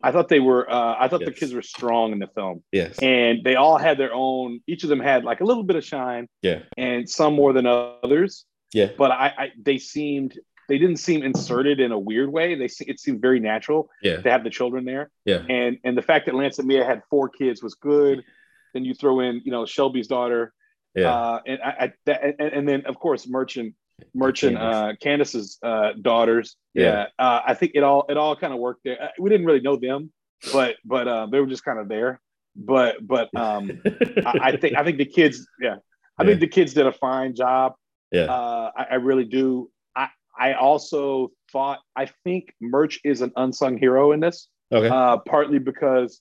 I thought they were. Uh, I thought the
Yes.
kids were strong in the film,
Yes.
and they all had their own. Each of them had like a little bit of shine,
Yeah.
and some more than others.
Yeah.
But I, I they seemed they didn't seem inserted in a weird way. They se- it seemed very natural
Yeah.
to have the children there,
Yeah.
and and the fact that Lance and Mia had four kids was good. Then you throw in you know Shelby's daughter,
Yeah.
uh, and I, I that, and, and then of course Merchant Merchant
Candace.
uh, Candace's uh, daughters.
Yeah.
uh, I think it all it all kind of worked there. Uh, We didn't really know them, but but uh, they were just kind of there. But but um, I, I think I think the kids, yeah, I think the kids did a fine job.
yeah.
Uh, I, I really do. I I also thought I think Merch is an unsung hero in this,
<laughs> okay.
uh, partly because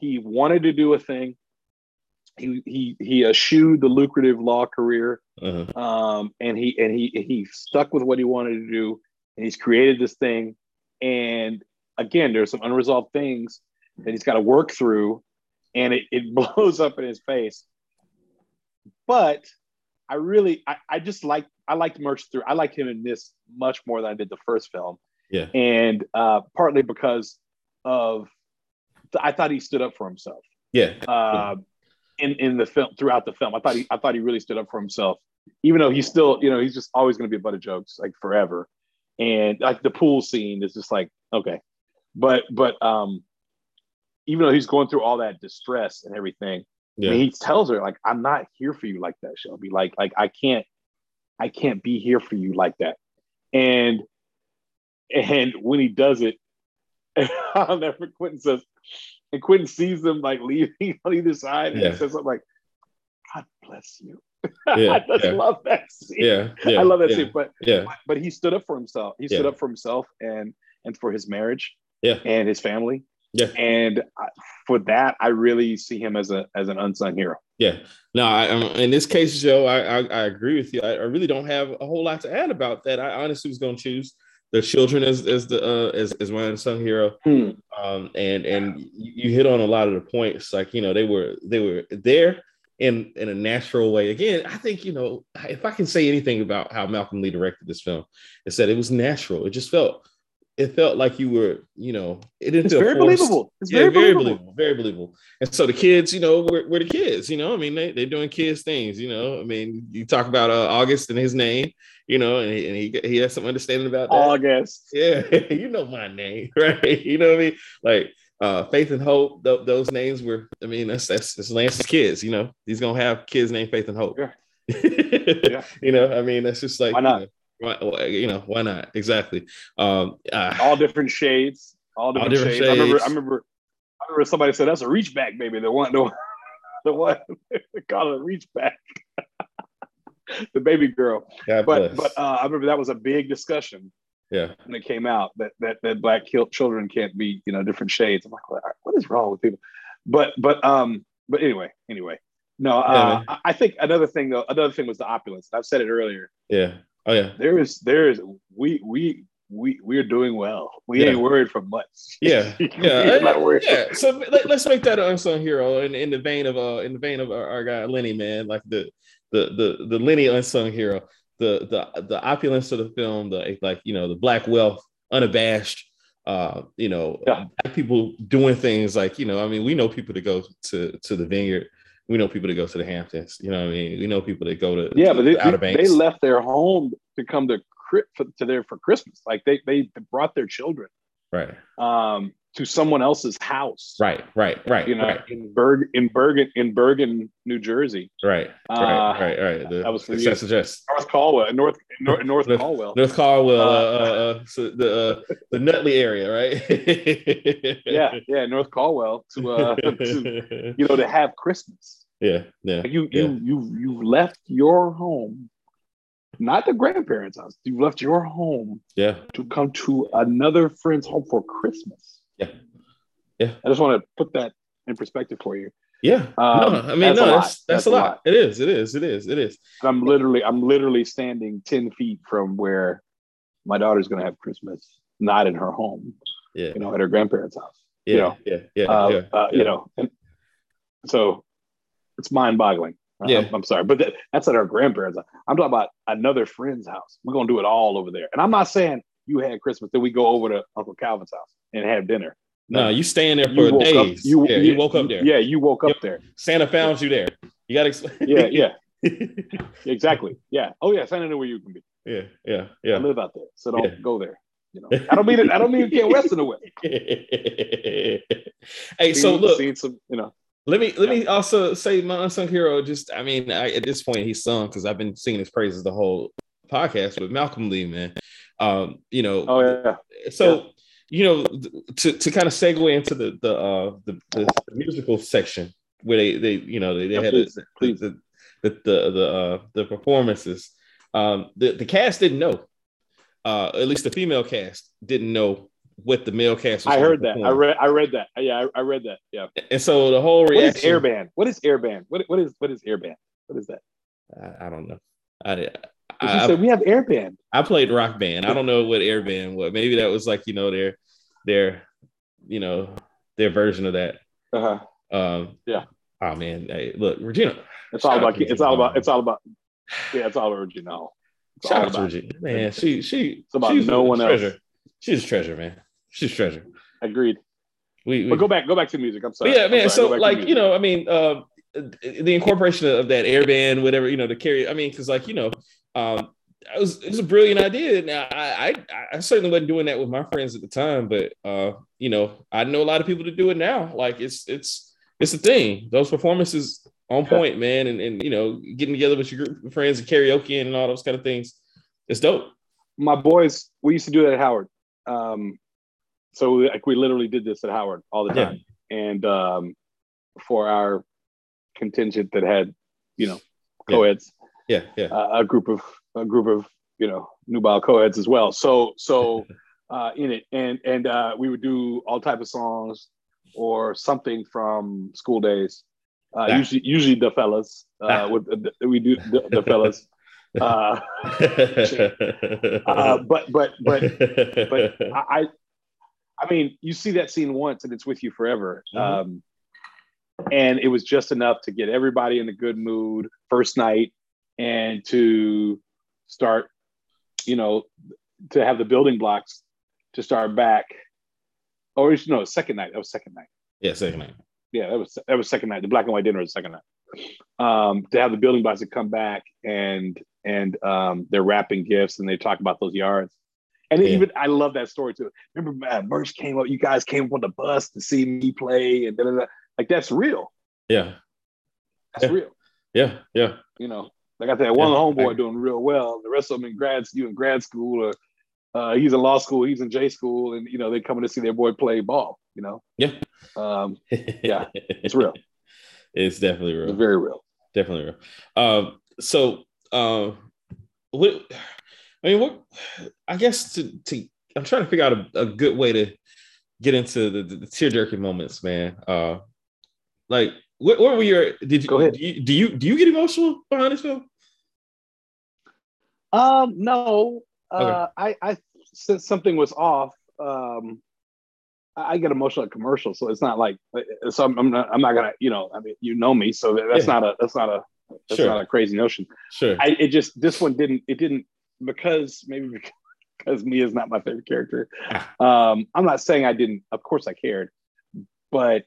he wanted to do a thing. He he he eschewed the lucrative law career,
Uh-huh.
um, and he and he he stuck with what he wanted to do, and he's created this thing. And again, there's some unresolved things that he's got to work through, and it, it <laughs> blows up in his face. But I really, I, I just like I liked Merch through. I liked him in this much more than I did the first film.
Yeah.
and uh, partly because of I thought he stood up for himself
Yeah.
uh, in in the film throughout the film. I thought he I thought he really stood up for himself, even though he's still you know he's just always going to be a butt of jokes like forever, and like the pool scene is just like okay, but but um, even though he's going through all that distress and everything,
Yeah.
and he tells her like I'm not here for you like that, Shelby. Like like I can't I can't be here for you like that, and and when he does it. <laughs> I'll never Quentin says, and Quentin sees them like <laughs> leaving on either side, and
Yeah.
he says something like, "God bless you." <laughs>
Yeah,
I just
yeah.
<laughs> love that scene.
yeah. Yeah.
I love that
yeah.
scene. But
Yeah.
but he stood up for himself. He stood
Yeah.
up for himself and and for his marriage
Yeah.
and his family.
Yeah.
And I, for that, I really see him as a as an unsung hero.
Yeah. No, I, um, in this case, Joe, I, I, I agree with you. I, I really don't have a whole lot to add about that. I honestly was going to choose the children as as the uh, as as my unsung hero. Um, and and you, you hit on a lot of the points. Like you know, they were they were there in in a natural way. Again, I think you know if I can say anything about how Malcolm Lee directed this film, it's that it was natural. It just felt it felt like you were you know it didn't
It's
feel
very
forced
believable. It's
yeah,
very, believable.
very believable. And so the kids, you know, we're, we're the kids, you know, I mean, they, they're doing kids things, you know, I mean, you talk about uh, August and his name, you know, and he, and he, he has some understanding about that.
August.
yeah, <laughs> you know my name, <laughs> right? You know what I mean? Like uh, Faith and Hope, th- those names were, I mean, that's, that's, that's Lance's kids, you know, he's going to have kids named Faith and Hope. <laughs>
Yeah.
You know, I mean, that's just like,
Why not?
You know, why, why- you know, why not? Exactly. Um, uh,
All different shades. All different,
different
shades. I remember. I
shades.
remember. I remember somebody said that's a reach back, baby. The one. The one. <laughs> The one. they call it a reach back. <laughs> the baby girl.
God
But
bless.
but uh, I remember that was a big discussion
yeah,
when it came out that that that black ki- children can't be you know different shades. I'm like, what what is wrong with people? But but um but anyway anyway. No,
Yeah,
uh,
man.
I I think another thing though, another thing was the opulence. I've said it earlier.
yeah. Oh, yeah.
There is, there is, we, we, we, we're doing well. We
Yeah.
ain't worried for much. <laughs>
Yeah, yeah,
We're not worried.
yeah. So let, us make that an unsung hero in, in the vein of uh in the vein of our, our guy Lenny, man. Like the the the the Lenny unsung hero, the the the opulence of the film, the like you know the black wealth, unabashed. Uh, you know,
Yeah.
black people doing things like you know. I mean, we know people to go to to the vineyard. We know people to go to the Hamptons. You know what I mean? We know people that go to
Yeah, but they,
to Outer
they, they
Banks.
left their home to come to cri- for, to there for Christmas. Like they, they brought their children
right,
um, to someone else's house.
right, right, right,
You know,
right,
in Berg, in Bergen, in Bergen, New Jersey,
right,
uh,
right, right, right. The
that was for you.
success address.
North Caldwell, North, North, North
North-
Caldwell.
North Carwell, uh,
Uh,
uh, uh, so the uh, the Nutley area, right? <laughs>
Yeah, yeah, North Caldwell to, uh, to you know to have Christmas.
yeah, yeah,
Like, You you you you left your home, not the grandparents' house. You left your home
yeah,
to come to another friend's home for Christmas.
Yeah. Yeah.
I just want to put that in perspective for you.
yeah.
Um,
no, I mean,
that's
no,
a lot.
that's, that's
That's
a
a
lot.
lot.
It is, it is, it is, it is.
And I'm literally I'm literally standing ten feet from where my daughter's going to have Christmas, not in her home,
Yeah,
you know, at her grandparents' house.
yeah,
you know,
yeah, yeah,
uh,
yeah,
uh,
yeah.
you know, and so it's mind-boggling. Uh,
Yeah.
I'm, I'm sorry, but that, that's at our grandparents' house. I'm talking about another friend's house. We're gonna do it all over there. And I'm not saying you had Christmas, then we go over to Uncle Calvin's house and have dinner.
No, you staying there for
you woke up-
days. yeah, you, woke up there.
Yeah, you woke up there.
Santa found you there. You got to explain. <laughs>
Yeah, yeah, exactly. Yeah. Oh yes, I know where you can be.
yeah, yeah,
I <laughs>
yeah.
live out there, so don't
Yeah.
go there. You know, I don't mean it. I don't
<laughs>
mean Kanye West in a way.
hey, so
Seen-
look,
seen some, you know,
Let me let me also say my unsung hero. Just I mean, I, at this point he's sung because I've been singing his praises the whole podcast with Malcolm Lee, man. Um, you know,
oh yeah,
so you know, th- to, to kind of segue into the the uh the, the musical section where they they you know they, they
Yeah,
had
please,
the,
please.
the the the the, uh, the performances. Um, the the cast didn't know, uh, at least the female cast didn't know what the male cast. was
I
gonna
heard that. I
perform.
read. I read that. Yeah, I, I read that. Yeah.
and so the whole
What is
reaction.
airband? What is airband? What what is what is airband? What is that?
I, I don't know. I did.
You
I,
said we have airband.
I played rock band. I don't know what air band was. Maybe that was like you know their their you know their version of that.
Uh huh.
Um,
Yeah.
Oh man, hey, look, Regina.
It's all
Shout out
about.
to
It's all about.
Regina.
It's
<sighs>
all about. Yeah, it's all about Regina Hall. It's all
Shout out to
about-
Regina. Man, she she
It's about
she's
no
a
one else.
treasure. She's a treasure, man. She's a treasure.
Agreed.
We, we
But go back. Go back to music. I'm
But
sorry.
yeah,
I'm
man.
sorry. Go
So
back to
like
music.
you know, I mean, uh, the incorporation of that airband, whatever you know, to carry. I mean, because like you know, um, it was it was a brilliant idea. Now I I, I certainly wasn't doing that with my friends at the time, but uh, you know, I know a lot of people to do it now. Like it's it's it's a thing. Those performances on
Yeah.
point, man, and and you know, getting together with your group of friends and karaoke and all those kind of things. It's dope.
my boys, we used to do that at Howard. Um, so we, like we literally did this at Howard all the
Yeah.
time, and um, for our contingent that had, you know,
Yeah.
co-eds,
Yeah, yeah,
uh, a group of a group of you know nubile co-eds as well. So
<laughs>
so uh, in it, and and uh, we would do all type of songs or something from school days. Uh,
Yeah.
Usually, usually the fellas uh,
<laughs> Yeah.
with the, we do the, the
<laughs>
fellas. Uh, <laughs> uh, but but but but <laughs> I, I I mean, you see that scene once and it's with you forever.
Mhm.
Um, and it was just enough to get everybody in a good mood first night and to start, you know, to have the building blocks to start back. Or it's- no, second night. That was second night.
<laughs> yeah, second night.
Yeah, that was that was second night. The black and white dinner was second night. Um, to have the building blocks to come back and and um, they're wrapping gifts and they talk about those yards. And
Yeah.
even I love that story too. Remember, uh, Merch came up. You guys came up on the bus to see me play, and da, da, da. like that's real.
Yeah,
That's
Yeah.
real.
yeah, yeah.
You know, like I said, one
Yeah,
homeboy
I-
doing real well. The rest of them in grad, you in grad school, or uh, he's in law school, he's in J school, and you know they coming to see their boy play ball. You know,
Yeah.
um,
yeah,
it's real.
<laughs> It's definitely real.
It's very real.
definitely real. Um, so, um, what? I mean, what? I guess to to I'm trying to figure out a, a good way to get into the, the, tear jerky moments, man. Uh, like, what, what were your? Did you
Go ahead.
Do you, do you do you get emotional behind this film?
Um, no, uh,
Okay.
I, I since something was off. Um, I I get emotional at commercials, so it's not like uh, so. I'm, I'm not. I'm not gonna. You know, I mean, you know me, so that's
Yeah.
not a. That's not a. That's
Sure.
not a crazy notion.
Sure.
I it just this one didn't. It didn't because maybe because, because Mia is not my favorite character. Um, I'm not saying I didn't. Of course, I cared, but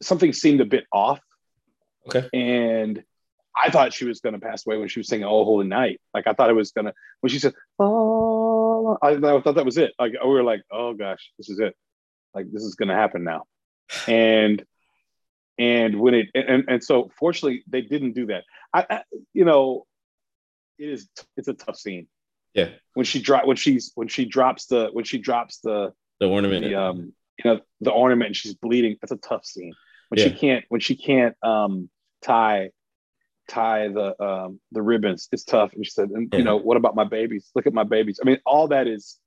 something seemed a bit off.
Okay.
And I thought she was going to pass away when she was singing "Oh Holy Night." Like I thought it was going to when she said "Oh," I, I thought that was it. Like we were like, "Oh gosh, this is it. Like this is going to happen now." And and when it and and so fortunately they didn't do that. I, I you know, it is it's a tough scene.
Yeah.
When she drop when she's when she drops the when she drops the
the ornament.
the um you know the ornament and she's bleeding that's a tough scene when she
Yeah.
can't when she can't um tie tie the um the ribbons it's tough and she said and you
Yeah.
know what about my babies look at my babies i mean all that is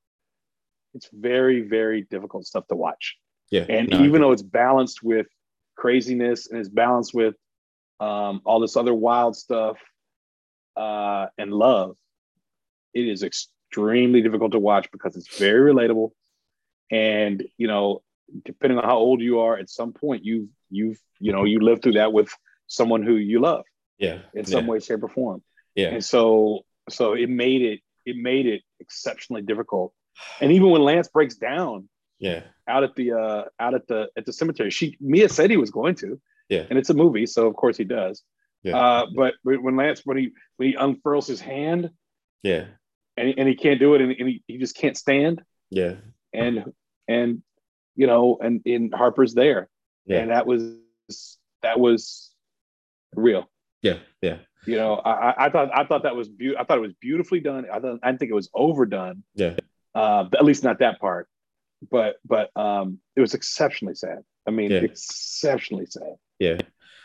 it's very very difficult stuff to watch
yeah.
and
No, I
even
agree.
though it's balanced with craziness and it's balanced with um, all this other wild stuff uh, and love, it is extremely difficult to watch because it's very relatable. And you know, depending on how old you are, at some point you you've you know you live through that with someone who you love
yeah,
in some
yeah,
way, shape, or form.
yeah,
And so so it made it it made it exceptionally difficult. And even when Lance breaks down
Yeah.
out at the uh, out at the at the cemetery. She Mia said he was going to.
Yeah.
And it's a movie, so of course he does.
Yeah.
Uh, but when Lance when he when he unfurls his hand
Yeah.
and, and he can't do it and, and he, he just can't stand
Yeah.
and and you know and in Harper's there
Yeah.
and that was that was real.
Yeah. Yeah.
You know, I, I- I thought I thought that was beautiful. I thought it was beautifully done. I thought I didn't think it was overdone.
Yeah.
Uh, but at least not that part. But but um, it was exceptionally sad. I mean,
Yeah.
exceptionally sad.
Yeah.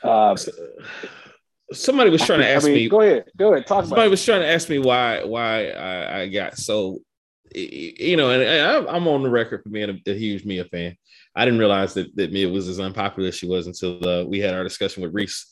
Uh,
Somebody was trying to ask
I mean,
me.
Go ahead, go ahead, talk about.
Somebody
It.
was trying to ask me why why I, I got so y- y- you know, and and I'm- I'm on the record for being a, a huge Mia fan. I didn't realize that, that Mia was as unpopular as she was until uh, we had our discussion with Reese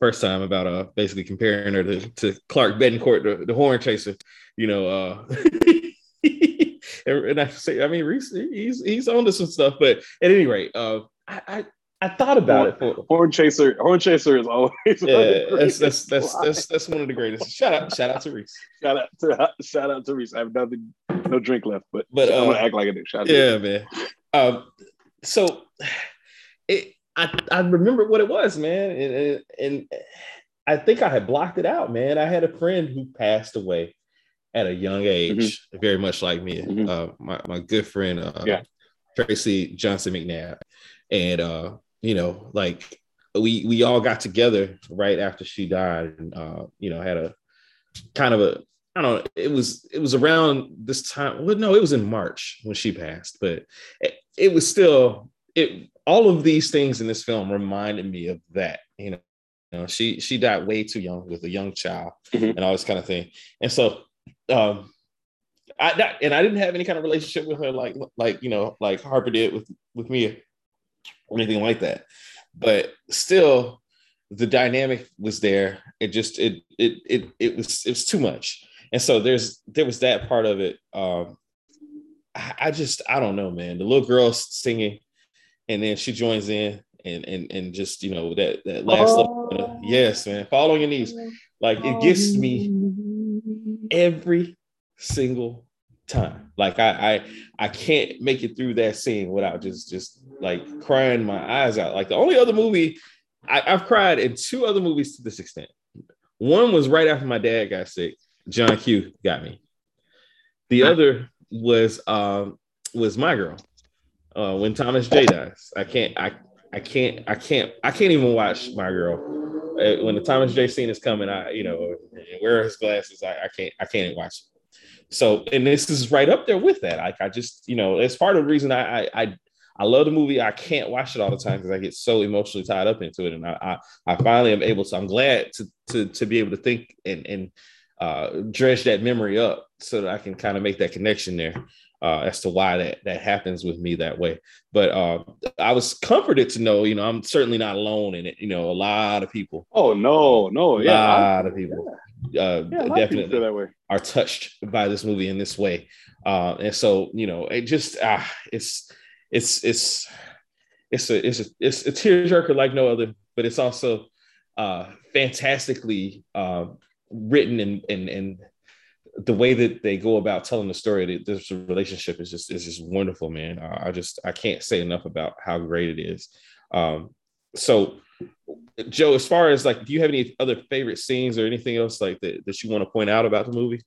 first time about uh basically comparing her to, to Clark Betancourt, the, the horn chaser. You know, uh, <laughs> and, and I say, I mean, Reese, he's he's on to some stuff. But at any rate, uh, I I, I thought about it for
Horn chaser, horn chaser is always. <laughs>
yeah, that's that's that's that's that's one of the greatest. Shout out, shout out to Reese.
shout out to shout out to Reese. I have nothing, no drink left, but
But
I'm
uh,
gonna act like I do. Shout out to Reese.
yeah, man. Um, so it, I I remembered what it was, man, and, and and I think I had blocked it out, man. I had a friend who passed away at a young
Mm-hmm.
age, very much like me.
Mhm.
Uh, my my good friend, uh,
Yeah.
Tracy Johnson McNabb, and uh, you know, like we we all got together right after she died, and uh, you know, had a kind of a I don't know. It was it was around this time. Well, no, it was in March when she passed, but it, it was still it. All of these things in this film reminded me of that. You know, you know, she she died way too young with a young child
Mhm.
and all this kind of thing. And so, um, I that, and I didn't have any kind of relationship with her like like you know like Harper did with with me or anything like that. But still, the dynamic was there. It just it it it it was it was too much and so there's there was that part of it um I, I just i don't know man the little girl singing and then she joins in and and and just you know that that last
Oh.
little- yes man fall on your knees like it gives me every single time like i i i can't make it through that scene without just just like crying my eyes out like the only other movie I, i've cried in two other movies to this extent one was right after my dad got sick john q got me the other was um was my girl uh when thomas j dies i can't i i can't i can't i can't even watch my girl uh, when the Thomas J scene is coming, I you know wear his glasses. I, I can't I can't watch it. So and this is right up there with that. Like I just you know it's part of the reason I I I, I love the movie. I can't watch it all the time because I get so emotionally tied up into it, and I I, I finally am able to. I'm glad to to to be able to think and and uh, dredge that memory up so that I can kind of make that connection there. Uh, as to why that that happens with me that way, but uh, I was comforted to know, you know, I'm certainly not alone in it. You know, a lot of people
Oh no, no, yeah,
a
I-
lot of people uh,
yeah, a lot of people feel
definitely
that way.
are touched by this movie in this way. Uh, and so, you know, it just ah, it's it's it's it's a it's a it's a tearjerker like no other, but it's also uh, fantastically uh, written and and and the way that they go about telling the story, that this relationship is just is just wonderful, man. Uh, I just I can't say enough about how great it is. Um, so, Joe, as far as like, do you have any other favorite scenes or anything else like that that you want to point out about the movie?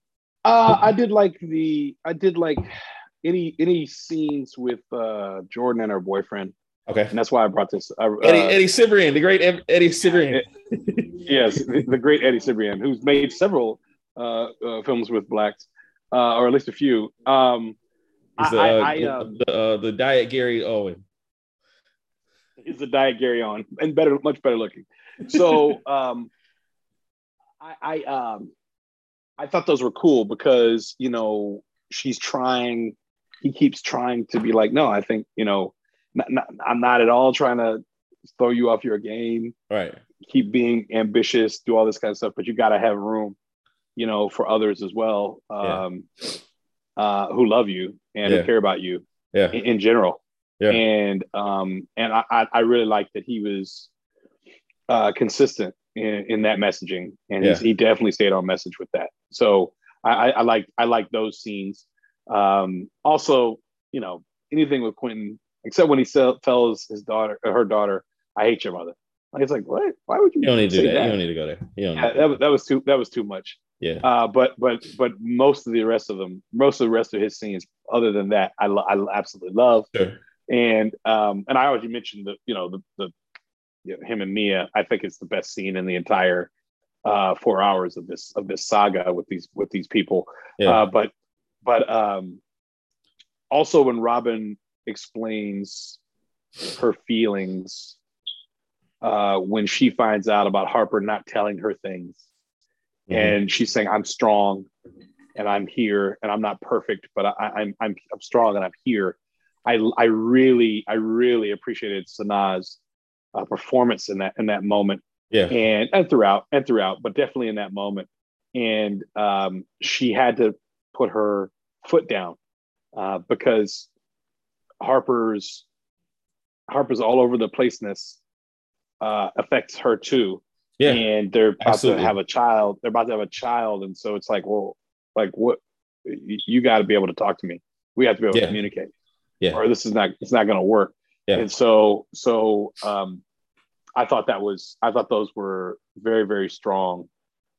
Uh, I did like the I did like any any scenes with uh, Jordan and her boyfriend,
Okay,
and that's why I brought this. I, uh,
Eddie Eddie Cibrian, the great Ev- Eddie Cibrian.
yes, the, the great Eddie Cibrian, who's made several uh, uh, films with blacks, uh, or at least a few. Um,
He's,
I, I, I, um,
the, uh, the diet Gary Owen.
is the diet Gary on and better, much better looking.
<laughs>
So um, I, I um, I thought those were cool because you know she's trying. He keeps trying to be like, no, I think you know, not, not, I'm not at all trying to throw you off your game.
Right.
Keep being ambitious, do all this kind of stuff, but you got to have room, you know, for others as well,
Yeah.
um, uh, who love you and
Yeah.
who care about you
Yeah.
in, in general.
Yeah.
And um and I I- I really like that he was uh consistent in, in that messaging and he's, he definitely stayed on message with that. So I I, I like I like those scenes. Um also, you know, anything with Quentin except when he sell, tells his daughter, her daughter, "I hate your mother." Like it's like, what? Why would you?
You don't need to do that. You don't need to go there. You don't.
Yeah, that, was, that was too. That was too much.
yeah.
Uh, but but but most of the rest of them, most of the rest of his scenes, other than that, I, lo- I absolutely love.
Sure. Mm-hmm.
And um, and I already mentioned the you know the the you know, him and Mia. I think it's the best scene in the entire uh, four hours of this of this saga with these with these people.
Yeah.
Uh, but but um, also when Robin explains her feelings uh, when she finds out about Harper not telling her things,
Mm-hmm.
and she's saying, "I'm strong, and I'm here, and I'm not perfect, but I, I'm I'm I'm strong and I'm here." I I really I really appreciated Sanaa's uh, performance in that in that moment
yeah.
and and throughout and throughout, but definitely in that moment. And um, she had to put her foot down uh, because Harper's Harper's all over the placeness uh, affects her too.
Yeah.
and they're about
absolutely.
to have a child. They're about to have a child, and so it's like, well, like what? You, got to be able to talk to me. We have to be able
Yeah.
to communicate.
Yeah.
or this is not it's not going to work.
Yeah.
And so so um, I thought that was I thought those were very very strong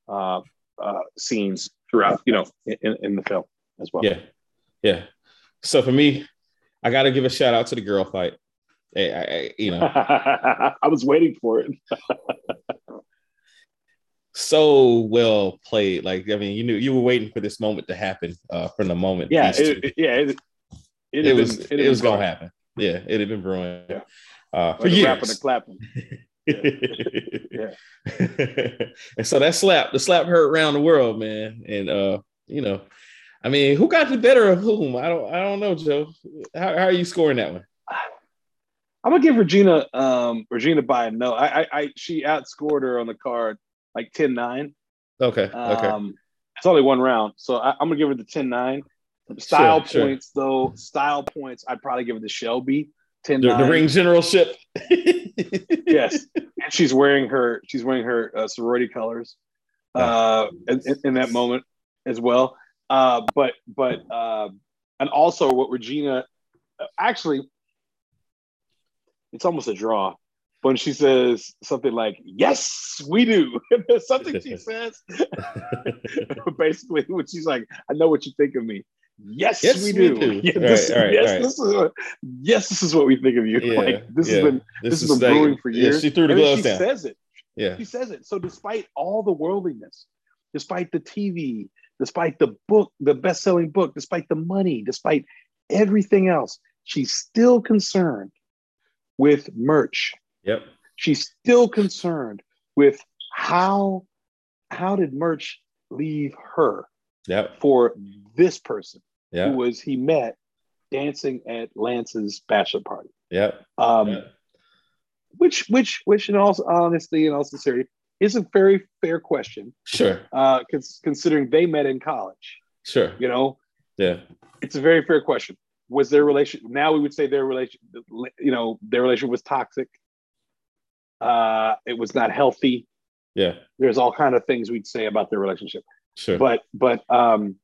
uh, uh, scenes throughout you know in, in the film as well.
Yeah. Yeah. So for me, I got to give a shout out to the girl fight. I, I, I- you
<laughs>
know,
<laughs> I was waiting for it.
so well played. Like, I mean, you knew you were waiting for this moment to happen uh, from the moment.
Yeah,
these two-
it, it- yeah. It,
it
it, had
was
been-
it,
had
was
been
gonna happen. Yeah, it had been brewing
Yeah.
uh, for
Like a rapping and
years.
clapping.
<laughs>
Yeah.
and so that slap, the slap hurt around the world, man. And uh, you know, I mean, who got the better of whom? I don't, I don't know, Joe. How, how are you scoring that one?
I'm gonna give Regina um, Regina by a no. I, I, I she outscored her on the card like 10-9.
Okay, okay,
Um, It's only one round, so I, I'm gonna give her the 10-9. Style
Sure, sure.
points though, style points. I'd probably give it to Shelby 10
the, the ring generalship. <laughs>
yes, <laughs> and she's wearing her she's wearing her uh, sorority colors uh, in, in- in that moment as well. Uh, but but uh, and also what Regina uh, actually, it's almost a draw when she says something like "Yes, we do." <laughs> There's
<laughs>
something she says, <laughs> basically, when she's like, "I know what you think of me." Yes,
Yes,
we
we
do.
do.
Yeah,
All
this-
right, all right,
<laughs> yes,
all right.
this is what, yes, this is what we think of you. <laughs>
Yeah,
like this
yeah.
has been this has
is
been
like-
brewing for years.
Yeah, she threw the
And then
gloves
she
down.
says it.
yeah,
She says it. So despite all the worldliness, despite the TV, despite the book, the best-selling book, despite the money, despite everything else, she's still concerned with merch.
yep,
She's still concerned with how how did merch leave her
yep,
for this person who
yep,
was he met dancing at Lance's bachelor party.
yep.
Um,
yep.
which which which in all honesty and all sincerity is a very fair question
Sure,
uh cons- considering they met in college
sure,
you know
yeah,
it's a very fair question was their relation now we would say their relation you know their relation was toxic uh it was not healthy
yeah,
there's all kind of things we'd say about their relationship
sure.
but but um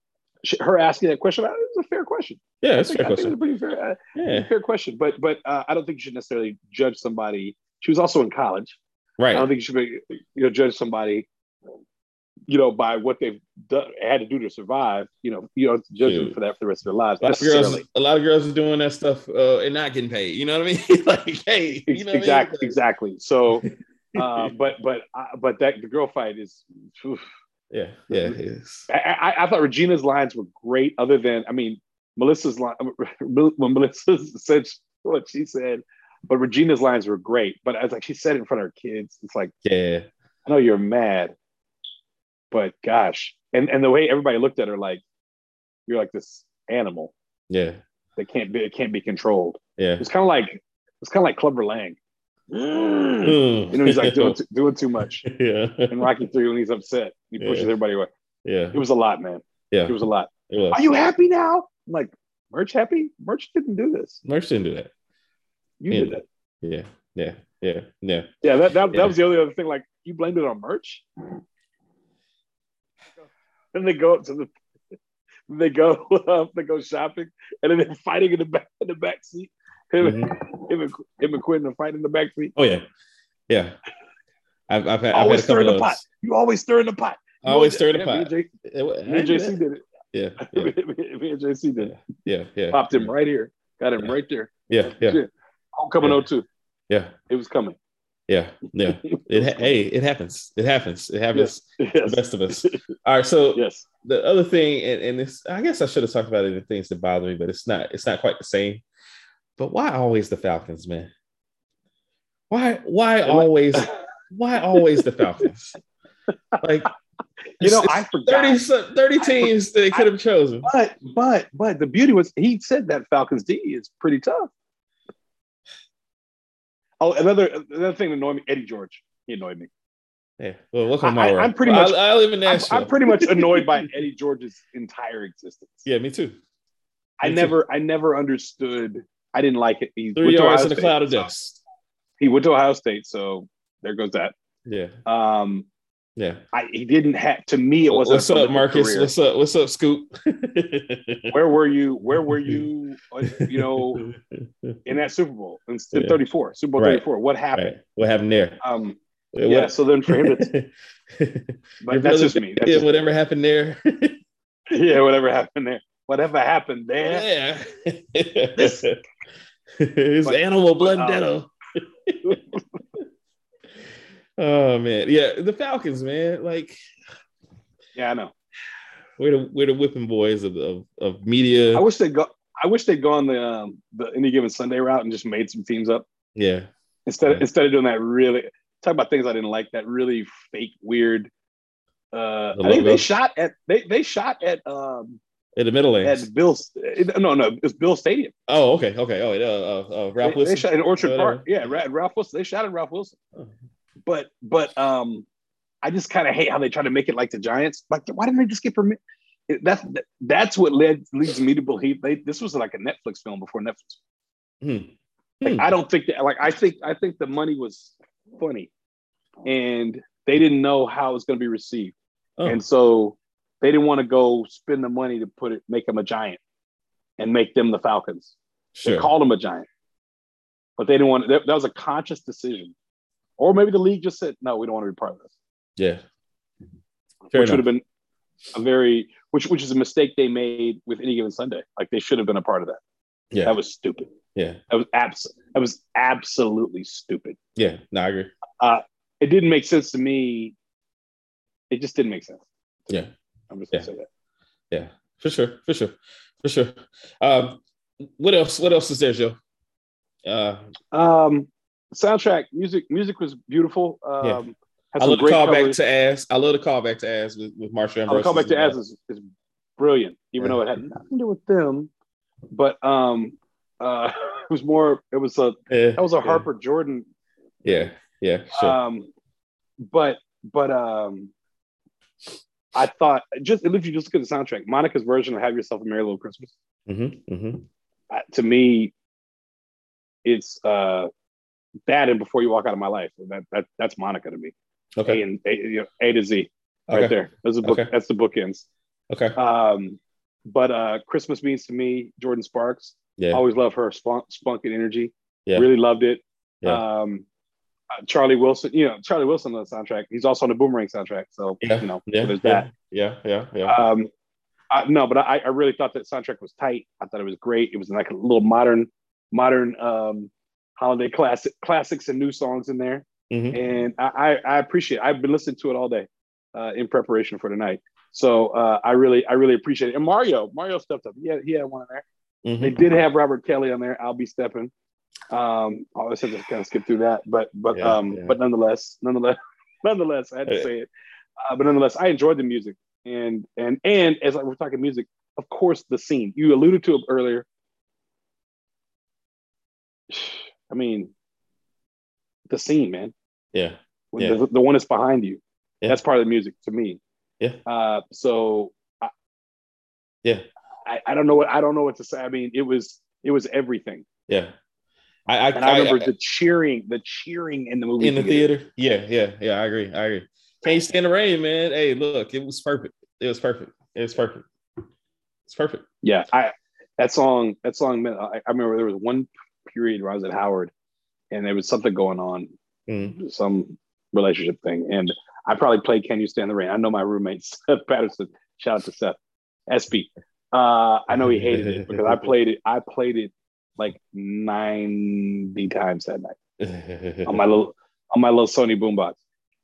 sh- her asking that question uh, it's a fair question
yeah, that's
I
a
think,
fair
I think it's a
question.
pretty fair, uh,
Yeah,
fair question but but uh, i don't think you should necessarily judge somebody she was also in college I don't
right.
think you should be, you know, judge somebody, you know, by what they've done, had to do to survive. You know, you don't judge them
Dude.
for that for the rest of their lives.
A lot of girls,
necessarily.
a lot of girls are doing that stuff uh, and not getting paid. You know what I mean? <laughs> like, hey,
Ex-
you know
exactly,
What I mean?
exactly.
<laughs>
So, uh, but but uh, but that the girl fight is. oof.
Yeah,
Mm-hmm.
yeah, it is.
I, I, I thought Regina's lines were great. Other than, I mean, Melissa's line <laughs> when Melissa said what she said, but Regina's lines were great. But I was like, she said it in front of her kids. It's like.
yeah,
I know you're mad, but gosh, and and the way everybody looked at her, like you're like this animal
yeah,
that can't be it can't be controlled.
yeah.
It's kind of like it's kind of like Clubber Lang. Mm-hmm.
Mm.
you know,
know, <laughs>
he's like doing too, doing too much
yeah,
in Rocky Three when he's upset. He pushes
Yeah.
everybody away.
yeah,
It was a lot, man.
yeah.
It was a lot.
It was.
Are you happy now? I'm like merch happy? Merch didn't do this.
Merch didn't do that.
You
Yeah.
did that.
Yeah, yeah, yeah, yeah.
Yeah, that that,
Yeah.
that was the only other thing. Like you blamed it on merch. Then they go up to the <laughs> they go uh, they go shopping, and then they're fighting in the back in the back seat. Him, mm-hmm. <laughs> him, and, him and Quentin are fighting in the back seat.
Oh yeah, yeah. I've, I've, had, I've had
always
a
stirring the
couple of
pot.
those.
You always stir in the pot.
I always stir the
Yeah,
pot.
Me
It wa-
and, J- me and JC did it. <laughs>
Yeah, yeah,
me and JC did it.
yeah, yeah.
Popped him right here. Got him
Yeah.
right there.
Yeah, yeah,
Shit. Homecoming
Yeah.
02.
yeah,
It was coming.
yeah,
<laughs>
yeah. It ha- hey, it happens. It happens. It happens. to The
yes.
best of us. All right. So
yes.
the other thing, and, and this, I guess I should have talked about it in things that bother me, but it's not, it's not quite the same. But why always the Falcons, man? Why, why
Am I- <laughs>
always, why always the Falcons? Like,
You know,
it's-
I
it's
forgot.
30, so- 30
I-
teams that they could have chosen.
But but but the beauty was he said that Falcons D is pretty tough. Oh, another another thing that annoyed me, Eddie George. He annoyed me.
Yeah. Well, welcome to my
I-
world.
I'm pretty
Well,
much-
I, I live in
I'm,
Nashville.
I'm
<laughs>
pretty much annoyed by Eddie George's entire existence.
yeah, me too.
I
me
never I never understood. I didn't like it. He
Three
went to
yards
Ohio
in a
State,
cloud of
so-
dust.
He went to Ohio State, so there goes that.
Yeah,
Um,
yeah.
I he didn't have to me. It wasn't. a
What's up,
prolific
Marcus?
career.
What's up? What's up, Scoop?
Where were you? Where
<laughs>
were you? uh, You know, in that Super Bowl in in
Yeah.
34, Super Bowl
Right.
34. What happened?
right. what happened there?
Um,
What-
yeah, so then for him,
<laughs>
it's,
Your
but that's
brother-
just me.
<laughs>
That's
yeah,
just-
whatever happened there.
<laughs> yeah, whatever happened there, whatever happened there.
<laughs> yeah.
This-
it's
But-
animal blood
um,
and dental. <laughs> oh man, yeah, the Falcons, man. Like
Yeah, I know.
we're the we're the whipping boys of of, of media.
I wish they go. I wish they'd gone the um, the any given Sunday route and just made some teams up
yeah,
instead of,
Yeah.
instead of doing that. Really talk about things I didn't like. That really fake weird. Uh,
The
I think
logo.
they shot at they they shot at um
in the middle lanes.
at Bill. No, no, it's Bill Stadium.
oh, okay, okay. Oh, uh, uh, uh, Ralph
They- They,
Wilson.
shot in Orchard
Whatever.
Park. Yeah, Ra- Ralph Wilson. They shot at Ralph Wilson.
Oh.
But but um, I just kind of hate how they try to make it like the Giants. Like, why didn't they just get permit? It- That's that's what led leads me to believe they. This was like a Netflix film before Netflix.
Hmm.
Like,
Hmm.
I don't think that. Like, I think I think the money was funny, and they didn't know how it was going to be received,
Oh,
and so they didn't want to go spend the money to put it make them a giant, and make them the Falcons. They
sure.
called him a giant, but they didn't want. That, that was a conscious decision, or maybe the league just said, "No, we don't want to be part of this,"
yeah. Fair
which
enough.
would have been a very which which is a mistake they made with any given Sunday. Like they should have been a part of that.
Yeah.
That was stupid.
yeah.
That was abs- That was absolutely stupid.
Yeah. No, I agree.
It didn't make sense to me. It just didn't make sense.
Yeah.
I'm just gonna
Yeah.
say that.
Yeah. For sure. For sure. For sure. Um, what else? What else is there, Joe? Uh,
Um, soundtrack music music was beautiful. Um,
Yeah.
had
I
some
love the
great
callback
covers.
to ass. I love the callback to ass with, with Marshall
I'll
Ambrose.
call back to as is, is brilliant, even
Yeah.
though
<laughs>
it had nothing to do with them. But um, uh, <laughs> it was more. It was a
Yeah.
that was a Harper Jordan.
Yeah. Yeah. Sure.
Um, but but um, I thought just if you just look at the soundtrack, Monica's version of "Have Yourself a Merry Little Christmas"
mm-hmm, mm-hmm.
uh, to me, it's uh, that and "Before You Walk Out of My Life." That that that's Monica to me.
Okay.
A and A, you know, a to Z right
Okay.
there. That's the book.
Okay.
That's the bookends.
Okay.
Um, but uh, Christmas means to me Jordan Sparks.
Yeah.
Always love her spunk, spunk and energy.
Yeah.
Really loved it.
Yeah.
Um, uh, Charlie Wilson, you know Charlie Wilson on the soundtrack. He's also on the Boomerang soundtrack, so
Yeah.
you know
yeah.
there's
Yeah.
that.
Yeah. Yeah. Yeah.
Um, I, no, but I, I really thought that soundtrack was tight. I thought it was great. It was like a little modern, modern um, holiday classic classics and new songs in there,
Mhm.
and I, I, I appreciate. It. I've been listening to it all day uh, in preparation for tonight. So uh, I really, I really appreciate it. And Mario, Mario stepped up. Yeah, he, had one in there. They
Mhm.
did have Robert Kelly on there. I'll be stepping. Um, I always have to kind of skip through that, but but
Yeah,
um,
yeah.
but nonetheless, nonetheless, <laughs> nonetheless, I had to
Yeah.
say it. Uh, but nonetheless, I enjoyed the music, and and and as we're talking music, of course, the scene you alluded to it earlier. <sighs> I mean, the scene, man.
Yeah.
When
Yeah.
the, the one that's behind you.
Yeah.
That's part of the music to me.
Yeah.
Uh, so. I,
Yeah.
I, I don't know what I don't know what to say. I mean, it was it was everything,
Yeah. I, I,
and I,
I-
remember the cheering, the cheering in the movie
in the theater. Yeah, yeah, yeah. I agree. I agree. Can't stand the rain, man. Hey, look, it was perfect. It was perfect. It was perfect. It's perfect.
Yeah, I that song that song meant I, I remember there was one period where I was at Howard, and there was something going on,
Mm.
some relationship thing, and I probably played "Can You Stand the Rain." I know my roommate <laughs> Seth Patterson. Shout out to Seth, SB. Uh, I know he hated it because I played it. I played it like ninety times that
<laughs>
night on my little on my little Sony boombox,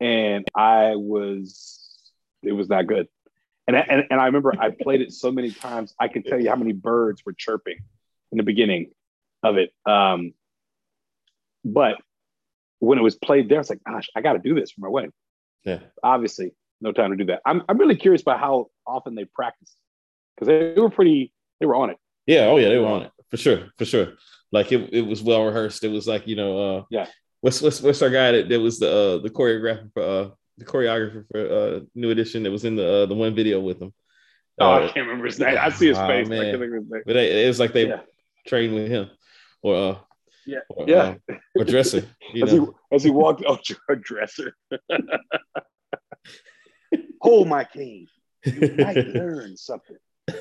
and I was it was not good. And I, and, and I remember I played it so many times. I can tell you how many birds were chirping in the beginning of it. Um, but when it was played there, it's like, gosh, I got to do this for my wedding.
yeah.
Obviously, no time to do that. I'm I'm really curious about how often they practiced because they, they were pretty they were on it.
Yeah, oh yeah, they were
uh,
on it for sure, for sure. Like it, it was well rehearsed. It was like you know, uh,
Yeah.
What's what's what's our guy that, that was the uh, the choreographer for uh, the choreographer for uh, New Edition that was in the uh, the one video with them.
Oh, I
Uh,
can't remember his name. I see his
oh,
face. but I
man.
can't think of his name.
but they, it was like they
Yeah.
trained with him, or uh,
Yeah.
or,
Yeah.
uh, or dressing. You
as he,
know,
as he walked out to her dresser. Hold my cane. You
<laughs>
might learn something.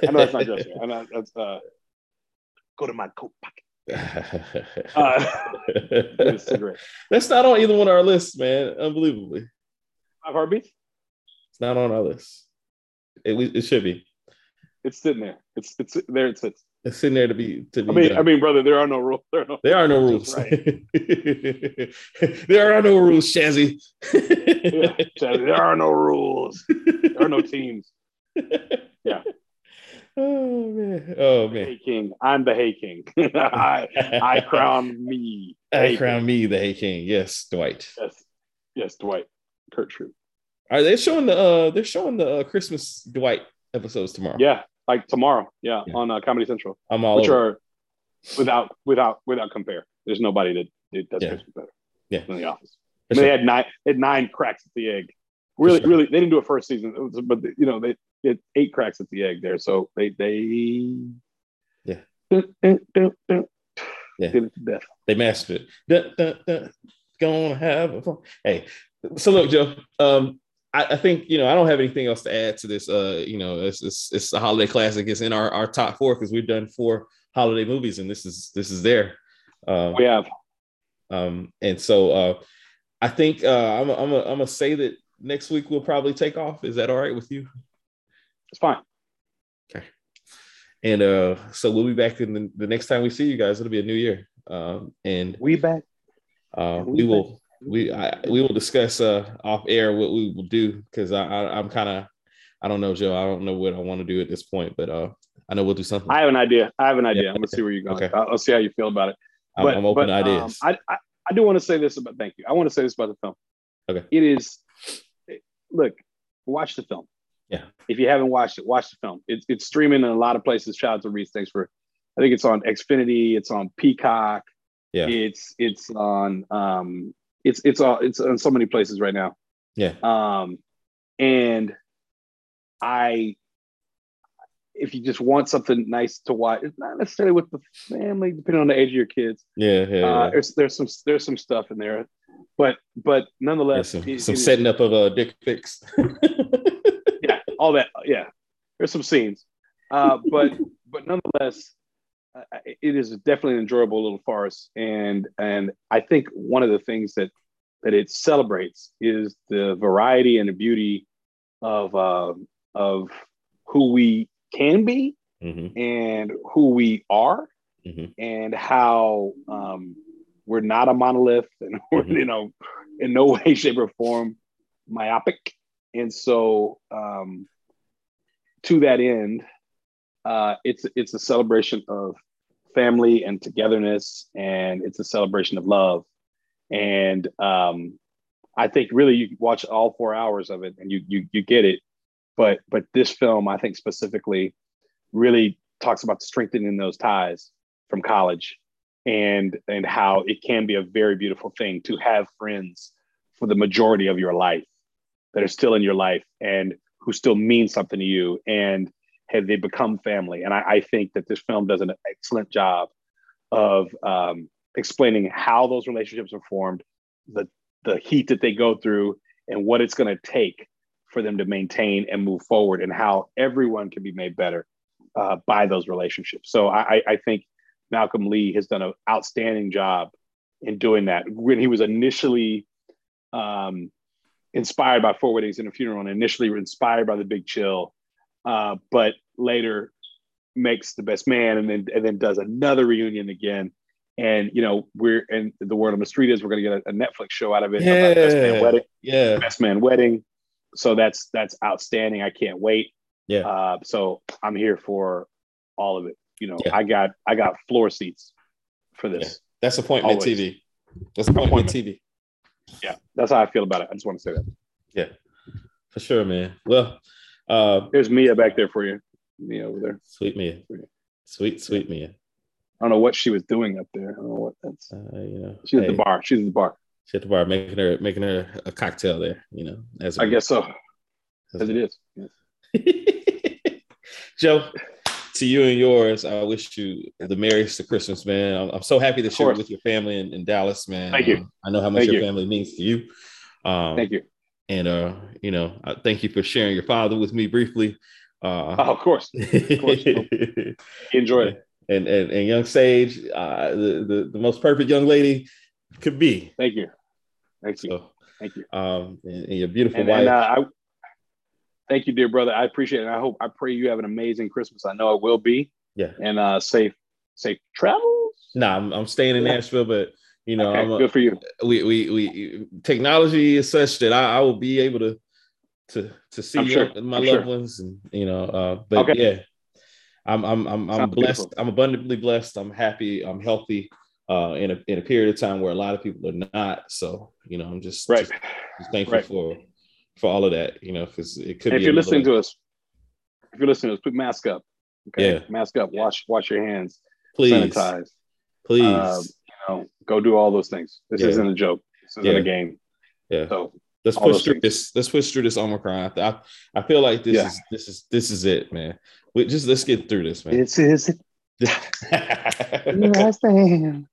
I know that's not dresser. I know that's uh, go to my coat
<laughs>
pocket. Uh, get a cigarette.
That's not on either one of our lists, man. Unbelievably,
Five heartbeats.
it's not on our list. It, we, it should be.
It's sitting there. It's it's there. It sits.
It's sitting there to be to be.
I mean,
done.
I mean, brother, there are no rules. There are no.
There are no
That's
rules. <laughs> there are no rules, Shazzy. <laughs>
Yeah, Chad, there are no rules. There are no teams.
Oh man. Oh man.
Hey King, I'm the Hey King. <laughs> I, I crown me.
<laughs> I
Hey
crown me the Hey King. Yes, Dwight.
King. Yes, yes, Dwight, Kurt Troop.
Are they showing the uh they're showing the uh, Christmas Dwight episodes tomorrow?
Yeah, like tomorrow. Yeah,
Yeah.
on uh, Comedy Central.
I'm all
which
over.
are without without without compare. There's nobody that that does
Yeah.
Christmas better.
Yeah.
than the Office.
For
I mean,
sure.
they had nine they had nine cracks at the egg. Really,
sure.
really, they didn't do a first season, it was- but you know they did eight cracks at the egg there. So they they
Yeah.
Dun, dun, dun, dun.
Yeah.
Did it to death.
They mastered it. Dun, dun, dun. Gonna have a fun. Hey, so look, Joe. Um, I, I think you know I don't have anything else to add to this. Uh, you know, it's it's, it's a holiday classic. It's in our, our top four because we've done four holiday movies, and this is this is there. Um,
We have
um, and so uh, I think uh, I'm i I'm i am I'm gonna say that next week we'll probably take off. Is that all right with you?
it's fine.
And uh, so we'll be back in the, the next time we see you guys. It'll be a new year. Um, and
We back.
Uh,
And we
we
think-
will we I, we will discuss uh off air what we will do because I, I I'm kind of I don't know Joe I don't know what I want to do at this point but uh I know we'll do something
I have an idea. I have an idea.
Yeah.
I'm gonna see where you're going.
Okay.
I'll, I'll see how you feel about it.
I'm, I'm open to
um,
ideas
I, I I do want to say this about thank you. I want to say this about the film.
Okay.
It is look, watch the film.
Yeah.
If you haven't watched it, watch the film. It's it's streaming in a lot of places. Shout out to Reese. Thanks for I think it's on Xfinity, it's on Peacock,
Yeah.
it's it's on um it's it's all it's on so many places right now.
yeah
Um, and I, if you just want something nice to watch, it's not necessarily with the family, depending on the age of your kids.
yeah yeah,
Uh,
yeah.
there's there's some there's some stuff in there, but but
Yeah,
nonetheless,
some,
it-
some
it is-
setting up of uh, dick
<laughs>
pics
yeah, all that, uh, yeah. There's some scenes, uh,
<laughs>
but but nonetheless, uh, it is definitely an enjoyable little farce, and and I think one of the things that that it celebrates is the variety and the beauty of uh, of who we can be
Mhm,
and who we are
mhm.
and how um, we're not a monolith and <laughs> we're,
Mhm.
you know in no way shape or form myopic and so um, to that end uh, it's it's a celebration of family and togetherness and it's a celebration of love and um, i think really you watch all four hours of it and you you, you get it but but this film i think specifically really talks about strengthening those ties from college and and how it can be a very beautiful thing to have friends for the majority of your life that are still in your life and who still mean something to you and have they become family and i, I think that this film does an excellent job of um, explaining how those relationships are formed the the heat that they go through and what it's going to take for them to maintain and move forward and how everyone can be made better uh, by those relationships. So I, I think Malcolm Lee has done an outstanding job in doing that. When he was initially um, inspired by Four Weddings and a Funeral, and initially inspired by The Big Chill, uh, but later makes The Best Man, and then and then does another reunion again. And you know we're and the word on the street is we're going to get a, a, Netflix show out of it.
Yeah,
Best Man Wedding.
Yeah,
Best Man Wedding. So that's that's outstanding. I can't wait.
Yeah.
Uh, so I'm here for all of it. You know,
Yeah.
I got I got floor seats for this.
That's appointment
Always.
TV. That's appointment TV
Yeah. That's how I feel about it. I just want to say that.
for sure, man. Well, uh,
There's Mia back there for you. Mia over there.
sweet man, sweet sweet man.
I don't know what she was doing up there. I don't know what that's.
Uh, you know,
She's at
hey,
the bar. She's at the bar.
she at the bar, making her making her a cocktail there. You know, as
I
we-
guess so. As it is. Yes.
<laughs> Joe, to you and yours, I wish you the merriest to Christmas, man. I'm, I'm so happy
Of
that you're
course.
with your family in, in Dallas, man.
Thank you.
Um, I know how much
Thank
your
you.
family means to you. Um,
Thank you.
And uh, you know, I thank you for sharing your father with me briefly. Uh,
Oh, of course. course. Enjoy it.
<laughs> and, and and young Sage, uh, the, the the most perfect young lady could be.
Thank you. Thank you.
So,
Thank you.
um, and, and your beautiful
And,
wife.
and uh, I thank you, dear brother. I appreciate it. And I hope I pray you have an amazing Christmas. I know it will be.
Yeah.
And uh, safe safe travels.
nah, I'm, I'm staying in Nashville, but you know,
Okay,
I'm a,
good for you.
we we we technology is such that I, I will be able to to to see
I'm sure.
my loved
I'm sure.
ones and you know uh but
Okay.
yeah I'm I'm I'm, I'm
Sounds
blessed
beautiful.
I'm abundantly blessed I'm happy I'm healthy uh in a in a period of time where a lot of people are not so you know I'm just
Right.
just, just thankful
Right.
for for all of that you know because it could
And
be
if you're
another-
listening to us, if you're listening to us, put mask up. Okay.
Yeah.
Mask up. Wash wash your hands.
please
Sanitize.
please
um, You know, go do all those things. This
Yeah.
isn't a joke. This isn't
Yeah.
a game.
yeah
So
let's
all
push
those
through this let's push through this Omicron I I, I feel like this
Yeah.
is this is this is it man we just let's get through this man
this is <laughs> I stand.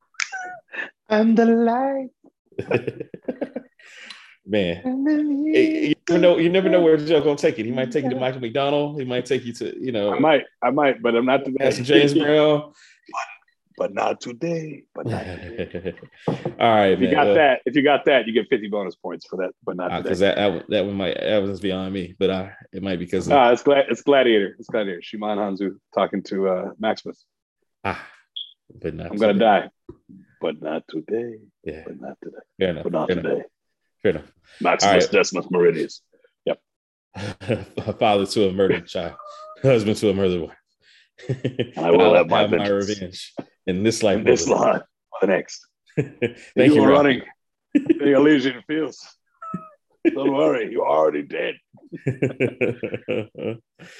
I'm the light.
<laughs> man
I'm the
Eh, you never know you never know where Joe gonna take it he might take you to Michael McDonald he might take you to you
I
know
might, I might, but I'm not the
Pastor James
<laughs>
Brown <laughs>
but not today. But
all <laughs>
not today.
right
if you
man.
got
Well,
that, if you got that, you get 50 bonus points for that. But not
uh,
today.
cause that, that one- that one might that one's beyond me but I it might be because of,
Ah, it's glad it's Gladiator. It's Gladiator. Shiman Hanzu talking to uh, Maximus.
ah, but not
I'm gonna
today.
die, but not today.
yeah
But not today.
fair enough
But not
fair enough,
today.
fair enough.
Maximus
All right.
Decimus Meridius.
<laughs> a father to a
<laughs>
murdered child, husband to a murdered wife. And
I will have my vengeance.
revenge in this life.
In this
brother.
line, or the next.
Thank you.
are
Rob. <laughs>
running. You're losing fields. Don't worry, you're already dead.
<laughs>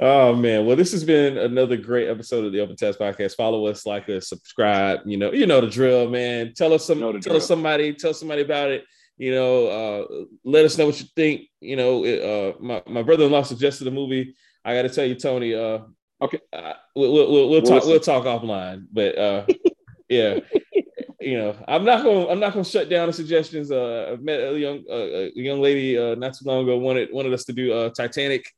oh man. Well, this has been another great episode of the Open Test Podcast. Follow us, like us, subscribe. You know, you know the drill, man. Tell us some
Know the
tell us
drill.
somebody, tell somebody about it. You know, uh, let us know what you think. You know, it, uh, my, my brother-in-law suggested a movie. I gotta tell you, Tony, uh
Okay.
uh, we'll, we'll, we'll, we'll talk
Listen.
we'll talk offline. But
<laughs>
uh yeah. You know, I'm not gonna I'm not gonna shut down the suggestions. Uh, I've met a young uh, a young lady uh, not too long ago wanted wanted us to do uh, Titanic,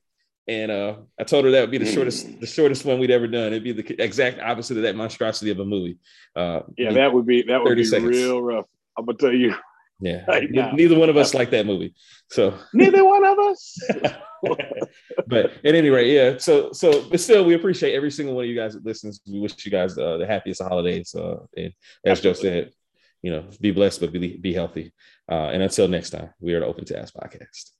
and uh, I told her that would be the
Mm.
shortest the shortest one we'd ever done. It'd be the exact opposite of that monstrosity of a movie. Uh,
Yeah, that would be that would
30
be
seconds.
real rough. I'm gonna tell you. <laughs>
yeah.
right now.
Neither one of us like that movie, so
Neither one of us.
but at any rate, yeah. So, so, but still, we appreciate every single one of you guys that listens. We wish you guys uh, the happiest of holidays. Uh, and as Joe
Absolutely.
said, you know, be blessed, but be, be healthy. Uh, and until next time, we are the Open to Ask podcast.